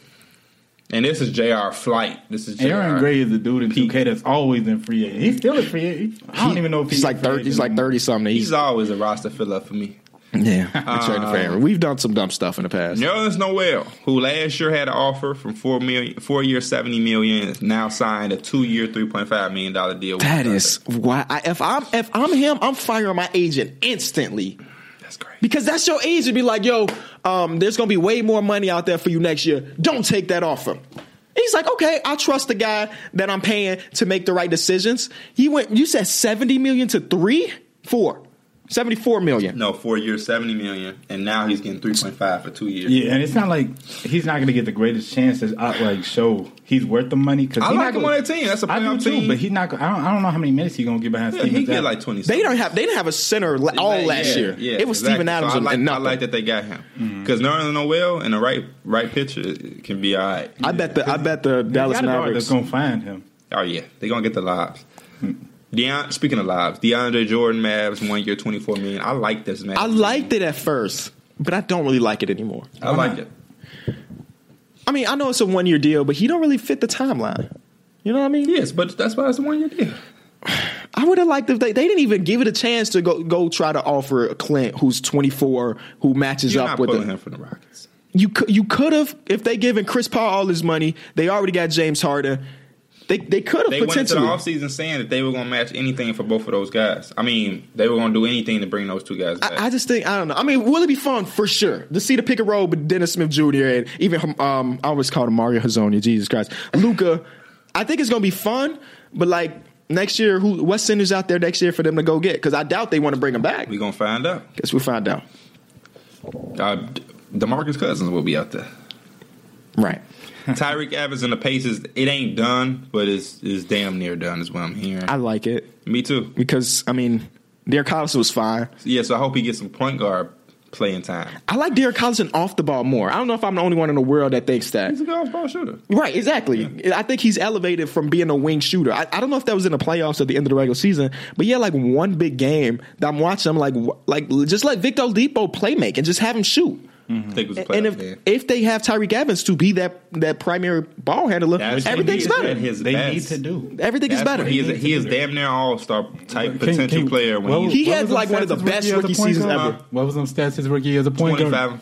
C: And this is J.R. Flight. This is J.R.
B: Aaron Gray is the dude in 2K that's always in free agent. He's still a free agent. I don't even know if
A: he's like
B: a free
A: thirty. He's
B: agent
A: like thirty something.
C: He's always a roster fill up for me.
A: yeah.
C: *laughs*
A: we're trading for Aaron. We've done some dumb stuff in the past.
C: Nerlens Noel, who last year had an offer from four million, four year seventy million, is now signed a two year three point five million dollar deal. with
A: That
C: the
A: is
C: Thunder.
A: why. I, if I'm if I'm him, I'm firing my agent instantly
C: that's great.
A: because that's your agent. Be like, yo, um, there's gonna be way more money out there for you next year. Don't take that offer. He's like, okay, I trust the guy that I'm paying to make the right decisions. He went, you said 70 million to three? Four. 74 million.
C: No, four years, seventy million, and now he's getting three point five for two years.
B: Yeah, and it's not like he's not going to get the greatest chance to out, like show he's worth the money. Cause
C: I
B: he
C: like
B: not
C: him
B: gonna-
C: on that team. That's a
B: I do
C: playoff
B: too,
C: team.
B: but he's not. go- I don't, I don't know how many minutes he's going to get behind.
C: Yeah,
B: Steven
C: he
B: Adams.
C: get like twenty.
A: They don't have they didn't have a center la- all last year. it was Steven Adams
C: So I, like,
A: and
C: I
A: nothing. Mm-hmm.
C: like that they got him because Nerlens Noel and the right right pitcher it can be all right.
A: I bet the I bet the
B: They
A: Dallas
B: got a guard
A: Mavericks.
B: That's going to find him.
C: Oh yeah, they gonna get the lives. Deion, speaking of lives, DeAndre Jordan Mavs one year twenty four million. I like this man.
A: I liked it at first, but I don't really like it anymore.
C: I like it.
A: I mean, I know it's a one year deal, but he don't really fit the timeline. You know what I mean?
C: Yes, but that's why it's the one year deal.
A: I would have liked if they, they didn't even give it a chance to go go try to offer Clint, who's twenty four, who matches
C: You're
A: up
C: not
A: with
C: pulling
A: the,
C: him from the Rockets.
A: You could you could have if they given Chris Paul all his money. They already got James Harden. They they could
C: They
A: have
C: went into the
A: potentially.
C: offseason saying that they were gonna match anything for both of those guys. I mean, they were gonna do anything to bring those two guys back.
A: I, I just think I don't know. I mean, will it be fun for sure to see the pick and roll with Dennis Smith Jr. and even um I always called him Mario Hazonia. Jesus Christ, Luca. I think it's gonna be fun, but like next year, who what centers out there next year for them to go get? Because I doubt they want to bring him back.
C: we gonna find out.
A: Guess we'll find out.
C: Uh, D- Demarcus Cousins will be
A: *laughs*
C: out there.
A: Right.
C: Tyreek Evans and the Pacers. It ain't done, but it's it's damn near done. Is what I'm hearing.
A: I like it
C: Me too.
A: because I mean, Derek Collison was fine.
C: Yeah, so I hope he gets some point guard playing time.
A: I like Derek Collison off the ball more. I don't know if I'm the only one in the world that thinks that.
C: He's a good ball shooter.
A: Right, exactly. I think he's elevated from being a wing shooter. I, I don't know if that was in the playoffs at the end of the regular season, but yeah, like one big game that I'm watching, I'm like, wh- like just let Victor Depot play make and just have him shoot.
C: I think it was a
A: And
C: playoff
A: if
C: game.
A: if they have Tyreek Evans to be that that primary ball handler,
C: That's what
A: everything's
C: he is
A: better.
C: at his
B: they
C: best.
B: need to do.
A: Everything is
C: That's
A: better.
C: what He is, he is damn near all star type
B: Can-
C: potential
B: can-
C: player when
B: what was-
C: he's
A: He
B: what
A: had,
B: was on
A: like, one of
B: stats
A: the
B: his
A: best
B: year as a
A: rookie
B: point
A: seasons
B: guard?
A: ever.
B: What was on stats his rookie as a point
C: twenty five
B: guard?
C: and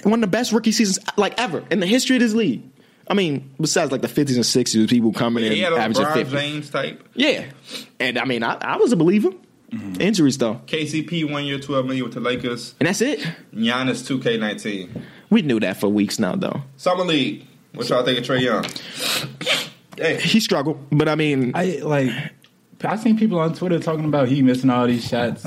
C: five.
A: One of the best rookie seasons like ever in the history of this league. I mean, besides like the 50s and 60s, people coming
C: He
A: in
C: had a
A: averaging
C: LeBron
A: 50.
C: James type.
A: Yeah, and I mean, I, I was a believer.
C: Mm-hmm.
A: Injuries though,
C: KCP one year twelve million with the Lakers.
A: and that's it.
C: Giannis two K nineteen.
A: We knew that for weeks now, though.
C: Summer League. What y'all think of Trey Young? Hey,
A: He struggled, but I mean,
B: I like. I seen people on Twitter talking about he missing all these
C: *coughs*
B: shots.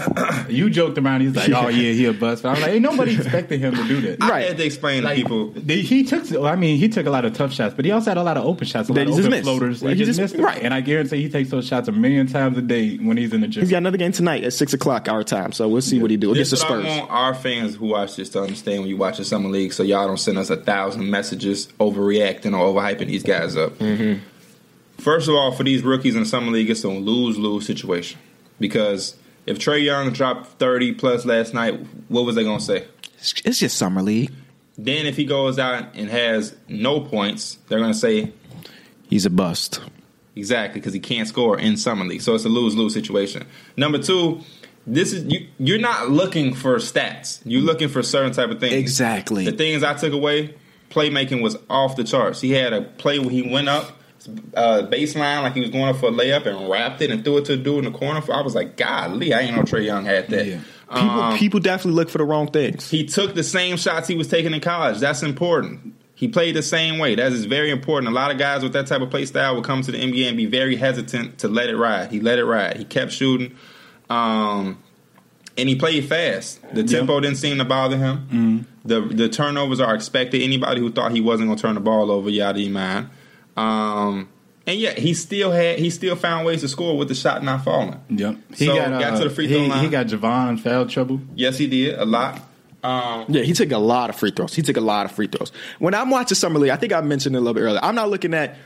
B: you joked around. He's like, "Oh yeah, he a bust." But I was like, "Ain't
C: *laughs*
B: nobody expected him to do that."
C: I
A: Right.
C: had to explain
B: Like,
C: to people.
B: they- he took. well, I mean, he took a lot of tough shots, but he also had a lot of open shots, a
A: That
B: lot
A: he
B: of
A: just
B: open
A: missed.
B: floaters.
A: Like,
B: Like
A: he
B: he
A: just-
B: just missed them.
A: right.
B: And I guarantee he takes those shots a million times a day when he's in the gym.
A: he's got another game tonight at six o'clock our time, so we'll see what he do against
C: This
A: the
C: is what
A: Spurs.
C: I want our fans who watch this to understand when you watch the summer league, so y'all don't send us a thousand messages overreacting or overhyping these guys up. First of all, for these rookies in summer league, it's a lose lose situation because if Trey Young dropped thirty plus last night, what was they gonna say?
A: It's it's just summer league.
C: Then if he goes out and has no points, they're gonna say
A: He's a bust.
C: Exactly, because he can't score in summer league, so it's a lose lose situation. Number two, this is you. You're not looking for stats. You're looking for certain type of things.
A: Exactly.
C: The things I took away, playmaking was off the charts. He had a play where he went up uh, baseline like he was going up for a layup and wrapped it and threw it to a dude in the corner. I was like, golly, I ain't know Trey Young had that.
B: Yeah.
A: People,
C: Um,
A: people definitely look for the wrong things.
C: He took the same shots he was taking in college. That's important. He played the same way. That is very important. A lot of guys with that type of play style will come to the NBA and be very hesitant to let it ride. He let it ride. He kept shooting. Um, and he played fast. The tempo didn't seem to bother him. The the turnovers are expected. Anybody who thought he wasn't going to turn the ball over, yada you mind. Um, and yet he still had he still found ways to score with the shot not falling.
B: Yep.
C: So, got to the free throw
B: uh, he,
C: line.
B: He got Javon in foul trouble.
C: Yes, he did a lot. Um,
A: Yeah, he took a lot of free throws. He took a lot of free throws. When I'm watching summer league, I think I mentioned it a little bit earlier. I'm not looking at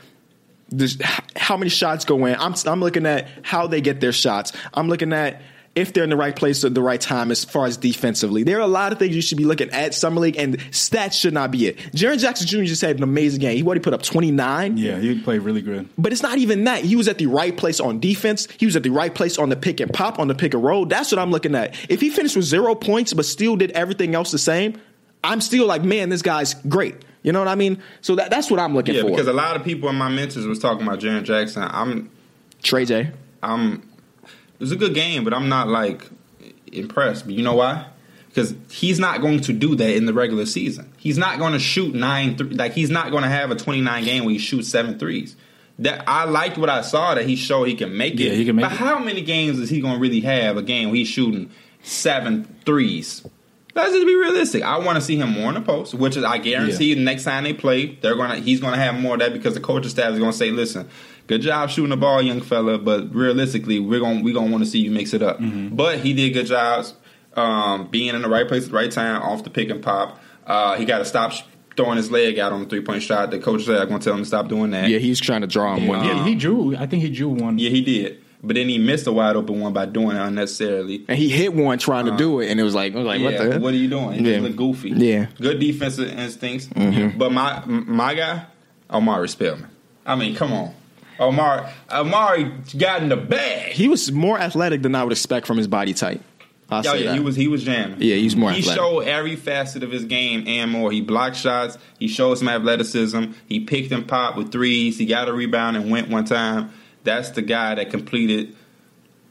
A: this, how many shots go in. I'm I'm looking at how they get their shots. I'm looking at if they're in the right place at the right time as far as defensively. There are a lot of things you should be looking at summer league, and stats should not be it. Jaron Jackson Jr. just had an amazing game. He already put up 29.
B: Yeah, he played really good.
A: But it's not even that. He was at the right place on defense. He was at the right place on the pick and pop, on the pick and roll. That's what I'm looking at. If he finished with zero points but still did everything else the same, I'm still like, man, this guy's great. You know what I mean? So that, that's what I'm looking
C: Yeah,
A: for.
C: because a lot of people in my mentors was talking about Jaron Jackson. I'm,
A: Trey J.
C: I'm. It was a good game, but I'm not like impressed. But you know why? because he's not going to do that in the regular season. He's not going to shoot nine three. Like he's not going to have a twenty nine game where he shoots seven threes. That I liked what I saw that he showed he can make
B: Yeah,
C: it.
B: he can make
C: but
B: it.
C: how many games is he going to really have a game where he's shooting seven threes? Let's just be realistic. I want to see him more in the post, which is I guarantee the next time they play, they're gonna he's gonna have more of that because the coaching staff is gonna say, "Listen, good job shooting the ball, young fella, but realistically, we're gonna we gonna want to see you mix it up." But he did good jobs um, being in the right place at the right time, off the pick and pop. Uh, he got to stop sh- throwing his leg out on the three point shot. The coach said, "I'm gonna tell him to stop doing that."
A: Yeah, he's trying to draw him one.
B: Yeah, he drew. I think he drew one.
C: Um, yeah, he did. But then he missed a wide open one by doing it unnecessarily.
A: And he hit one trying to do it, and it was like, I was like,
C: Uh-huh. yeah,
A: what the? hell?
C: what are you doing? You
A: Yeah.
C: just look goofy.
A: Yeah. Mm-hmm.
C: Good defensive instincts. But my my guy, Omari Spellman. I mean, come on. Omari Omari got in the bag.
A: He was more athletic than I would expect from his body type. I'll
C: Oh
A: say
C: yeah,
A: that.
C: he was he was jamming.
A: Yeah, he's more
C: He
A: athletic.
C: showed every facet of his game and more. He blocked shots. He showed some athleticism. He picked and popped with threes. He got a rebound and went one time. That's the guy that completed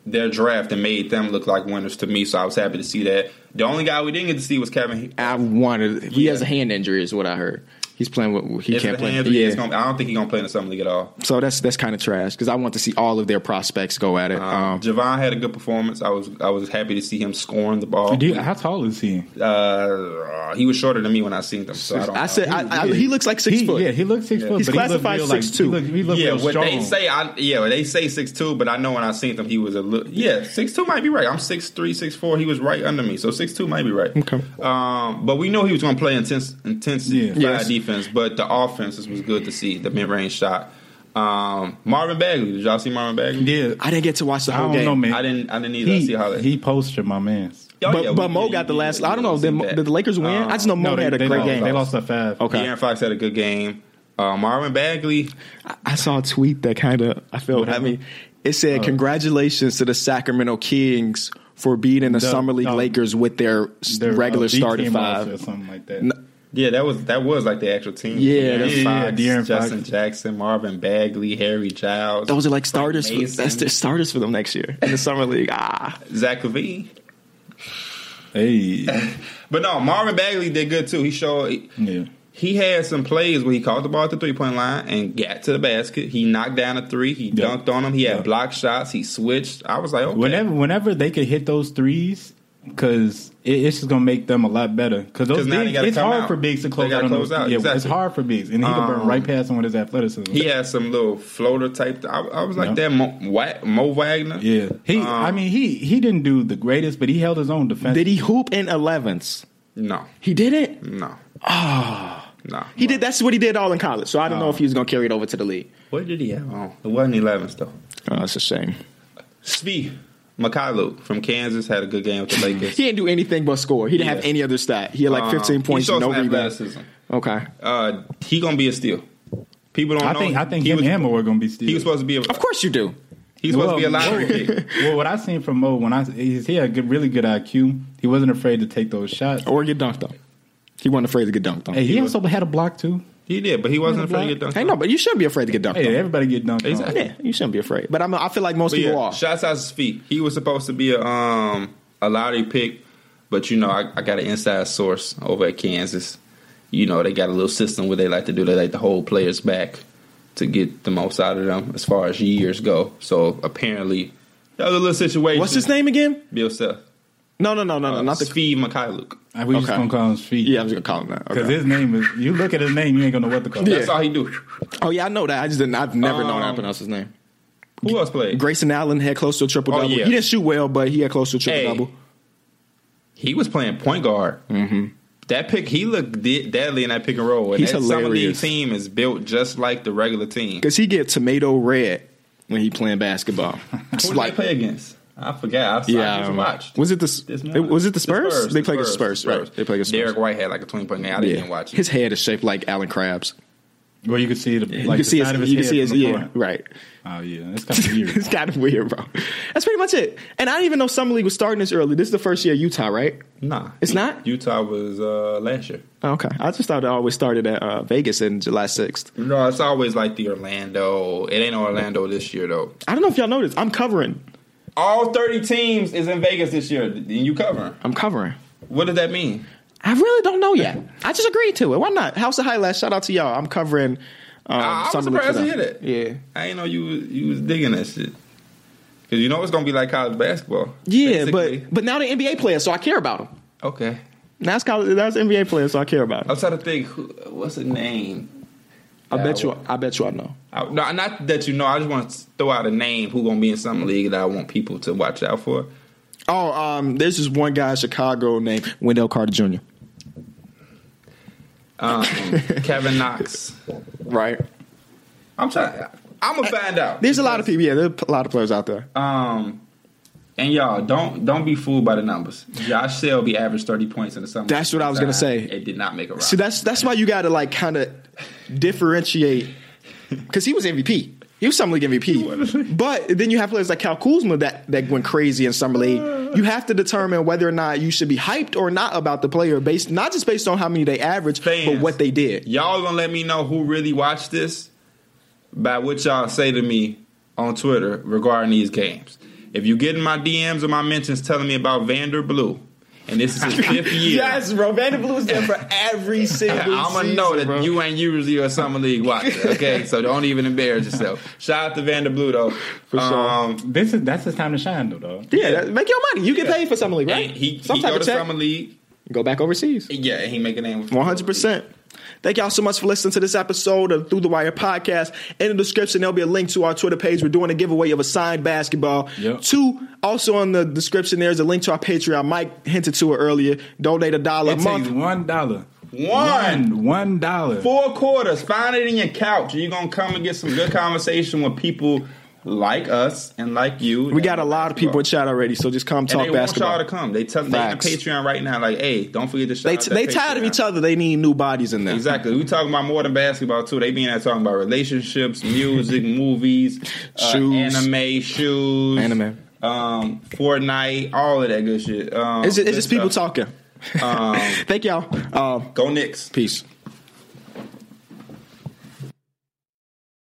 C: their draft and made them look like winners to me. So I was happy to see that. The only guy we didn't get to see was Kevin
A: I wanted. He
C: Yeah.
A: has a hand injury, is what I heard. He's playing with. He
C: If
A: can't
C: the
A: play.
C: Hands, yeah. it's gonna, I don't think he's gonna play in the summer league at all.
A: So that's that's kind of trash because I want to see all of their prospects go at it.
C: Um,
A: Um,
C: Javon had a good performance. I was I was happy to see him scoring the ball.
B: Dude, how tall is he?
C: Uh, he was shorter than me when I seen him, so I don't.
A: I
C: know.
A: said I, I, he looks like six
B: he,
A: foot.
B: Yeah, he looks six foot.
A: He's
B: but
A: classified
B: he looked real,
A: 6'2".
B: Like, he looked, he looked
C: yeah,
B: real
C: what
B: strong.
C: they say. I yeah, they say six two, but I know when I seen him, he was a little. Yeah, six two might be right. I'm six three, six four. He was right under me, so six two might be right.
A: Okay.
C: Um, but we know he was gonna play intense, intense
B: Yeah.
C: fire
A: Yes.
C: defense. But the offenses was good to see the mid range shot. Um, Marvin Bagley. Did y'all see Marvin Bagley?
B: Yeah,
A: I didn't get to watch the
B: I
A: whole
B: don't
A: game.
B: know, man.
C: I didn't. I didn't either. I see
B: He,
C: how that.
B: he posted my man's.
C: Oh,
A: but
C: yeah,
A: but
C: we-
A: Mo
C: yeah,
A: got the
C: yeah,
A: last.
C: yeah,
A: I don't know. Did,
C: we see
A: did the Lakers win?
C: Um,
A: I just know Mo
B: they,
A: had a
B: they
A: great
B: lost,
A: game.
B: They lost a five.
A: Okay.
C: De'Aaron Fox had a good game. Uh, Marvin Bagley.
A: I saw a tweet that kind of I felt. I mean, it said, "Congratulations to the Sacramento Kings for beating the,
B: The-
A: Summer League
B: um,
A: Lakers with their, s-
B: Their, uh,
A: regular
B: B
A: starting
B: team lost or
A: five.
B: something like that.
A: No.
C: Yeah, that was that was like the actual team.
A: Yeah,
C: De'Aaron
A: yeah,
B: yeah,
C: Fox,
B: De'Aaron Fox.
C: Justin Jackson, Marvin Bagley, Harry Giles.
A: Those are like starters. For,
C: Mason.
A: that's their starters for them next year in the Summer League. Ah,
C: Zach Levine.
B: Hey,
C: But no, Marvin Bagley did good too. He showed
B: yeah.
C: he had some plays where he caught the ball at the three point line and got to the basket. He knocked down a three. He
B: Yeah.
C: dunked on him. He had
B: Yeah.
C: block shots. He switched. I was like, okay,
B: Whenever, whenever they could hit those threes, because it, it's just gonna make them a lot better. Because those
C: 'Cause now they
B: bigs,
C: gotta
B: it's
C: come
B: hard
C: out.
B: for bigs to
C: They
B: close
C: gotta
B: out. on
C: close
B: those-
C: out,
B: Yeah, it's
C: exactly.
B: him for bigs, and he can burn
C: Um,
B: right past him with his athleticism.
C: he had some little floater type. I, I was like
B: Yeah.
C: that Mo, Wa- Mo Wagner.
B: yeah, he. I
C: um,
B: mean, he he didn't do the greatest, but he held his own defense.
A: did he hoop in elevens?
C: No,
A: He did it.
C: no,
A: Ah,
C: no.
A: he did. That's what he did all in college. So I don't know if he was gonna carry it over to the league.
C: What did he have on? It wasn't 11s, though.
A: Oh, that's a shame.
C: Svi Makalu from Kansas had a good game with the Lakers.
A: He didn't do anything but score. He didn't have
C: Yeah.
A: any other stat. Uh, He had like
C: Um,
A: 15 points,
C: he showed
A: no
C: some
A: rebounds.
C: athleticism.
A: Okay,
C: Uh, he gonna be a steal. People don't
B: I
C: know.
B: think I think
C: he
B: him
C: was,
B: and Moore are gonna be steals.
C: he was supposed to be. A,
A: of course you do.
C: he's supposed to be a
B: Well,
C: lottery
B: Mo-
C: pick.
B: *laughs* well, what I seen from Mo when I he's, he had a good, really good IQ. He wasn't afraid to take those
C: Oh,
B: shots.
A: Or get dunked on. He wasn't afraid to get dunked on.
B: Hey,
A: Hey,
B: he also had a block too.
C: He did, but he wasn't
B: Yeah,
C: afraid to get dunked. on.
A: no, but you shouldn't be afraid to get dunked
B: Hey,
A: on.
B: everybody get dunked. on.
C: Oh. Exactly.
A: Yeah, you shouldn't be afraid. But I'm, I feel like most
C: But
A: people
C: yeah,
A: are.
C: shots out his feet. He was supposed to be a um a lottery pick, but you know I, I got an inside source over at Kansas. You know they got a little system where they like to do. They like to hold players back to get the most out of them as far as years go. So apparently that was a little situation.
A: What's his name again?
C: Bill Self.
A: No, no, no, no, no.
C: Uh,
A: Not the.
C: Steve Mikhailuk.
B: And we just
A: Okay.
B: gonna call him
A: *laughs*
B: Street.
A: Yeah, I was gonna call him that.
B: Because
A: Okay.
B: his name is, you look at his name, you ain't gonna know what to call him.
C: That's all he do.
A: Oh yeah, I know that. I just didn't. I've never known how to
C: Um,
A: pronounce his name.
C: Who else played?
A: Grayson Allen had close to a triple double.
C: Oh, yeah.
A: He didn't shoot well, but he had close to a triple double.
C: He was playing point guard. That pick, he looked de- deadly in that pick and roll. And
A: Mm-hmm. He's
C: that summer league
A: hilarious.
C: team is built just like the regular team.
A: Because he get tomato red when he playing basketball. It's
C: Who did
A: like,
C: they play against? I forgot. I,
A: yeah,
C: yeah, I
A: I
C: just
A: don't know.
C: watched.
A: Was it the, s-
C: This
A: it-
C: morning.
A: was it the Spurs? They played against Spurs,
C: Spurs.
A: right? They played against Spurs.
C: Derek White had like a twenty point game. I didn't even watch it.
A: His head is shaped like Alan Krabs.
B: Where you can see the, like,
A: you
B: the
A: can see his,
B: side of his
A: you can
B: head
A: see his,
B: from the
A: yeah,
B: front.
A: right.
B: Oh yeah, that's kind of
A: *laughs* it's
B: weird.
A: kind of weird, bro. That's pretty much it. And I didn't even know Summer League was starting this early. This is the first year of Utah, right?
C: nah,
A: It's not?
C: Utah was uh, last year.
A: Oh, okay. I just thought it always started at uh, Vegas in July 6th.
C: No, it's always like the Orlando. It ain't Orlando this year though.
A: I don't know if y'all noticed. I'm covering.
C: All thirty teams is in Vegas this year. And you covering?
A: I'm covering.
C: What did that mean?
A: I really don't know yet. I just agreed to it. Why not? House of Highlights. Shout out to y'all. I'm covering. Um,
C: I- I was
A: something for
C: surprised to
A: them.
C: hear that.
A: Yeah,
C: I ain't know you was, you was digging that shit. Cause you know it's gonna be like college basketball.
A: yeah,
C: basically.
A: but but now the NBA players, so I care about them.
C: okay.
A: That's college, that's NBA players, so I care about
C: I
A: them.
C: was trying to think. Who, what's the name?
A: I bet you. I bet you. I know.
C: I, no, not that you know. I just want to throw out a name who gonna be in some league that I want people to watch
A: *laughs*
C: out for.
A: Oh, um, there's this one guy in Chicago named Wendell Carter Jr.
C: Um, Kevin Knox.
A: Right.
C: I'm trying. I'm gonna find out.
A: Uh, There's a lot of people. Yeah, there's a lot of players out there.
C: Um, and y'all don't don't be fooled by the numbers. Josh Selby averaged thirty points in the summer.
A: That's what I was gonna say.
C: It did not make a roster.
A: See, that's that's why you got to like kind of differentiate because he was MVP. He was summer league MVP. But then you have players like Cal Kuzma that that went crazy in summer league. You have to determine whether or not you should be hyped or not about the player based not just based on how many they average, but
C: Fans.
A: what they did.
C: y'all gonna let me know who really watched this by what y'all say to me on Twitter regarding these games. If you get in my DMs or my mentions telling me about Vander Blue, and this
A: *laughs*
C: is his fifth year,
A: bro. Vanderbilt was there for every single.
C: I'm gonna know that you ain't usually a summer league watcher. Okay, so don't even embarrass yourself. Shout out to Vander Blue though. Um, For
A: sure.
B: This is that's his time to shine though, dog.
A: Yeah, that- make your money. You get paid for summer league, right?
C: he,
A: Some
C: he
A: type
C: go
A: of
C: to
A: check.
C: summer league.
A: Go back overseas.
C: Yeah, and he make a name. with-
A: 100%. Thank y'all so much for listening to this episode of Through the Wire podcast. In the description, there'll be a link to our Twitter page. We're doing a giveaway of a signed basketball.
B: Yep.
A: Two, also in the description, there's a link to our Patreon. Mike hinted to it earlier. Donate a dollar
B: It
A: a
B: takes
A: month.
B: one dollar.
C: One.
B: One. One dollar.
C: Four quarters. Find it in your couch. You're gonna come and get some good conversation with people like us and like you.
A: We got a lot of people in
C: And
A: chat already, so just come talk
C: they
A: basketball.
C: want y'all to come. They tell they in the
A: Facts.
C: Patreon right now. Like, hey, don't forget to shout
A: they
C: out that
A: they tired of
C: Patreon.
A: each other. They need new bodies in there.
C: Exactly. We talking about more than basketball too. They being there talking about relationships, music, *laughs* movies, uh,
A: Shoes.
C: anime, shoes,
A: Anime.
C: um, Fortnite, all of that good shit. Um,
A: It's just,
C: good
A: it's just people
C: stuff.
A: talking. *laughs* Thank y'all. Um,
C: Go Knicks.
A: peace.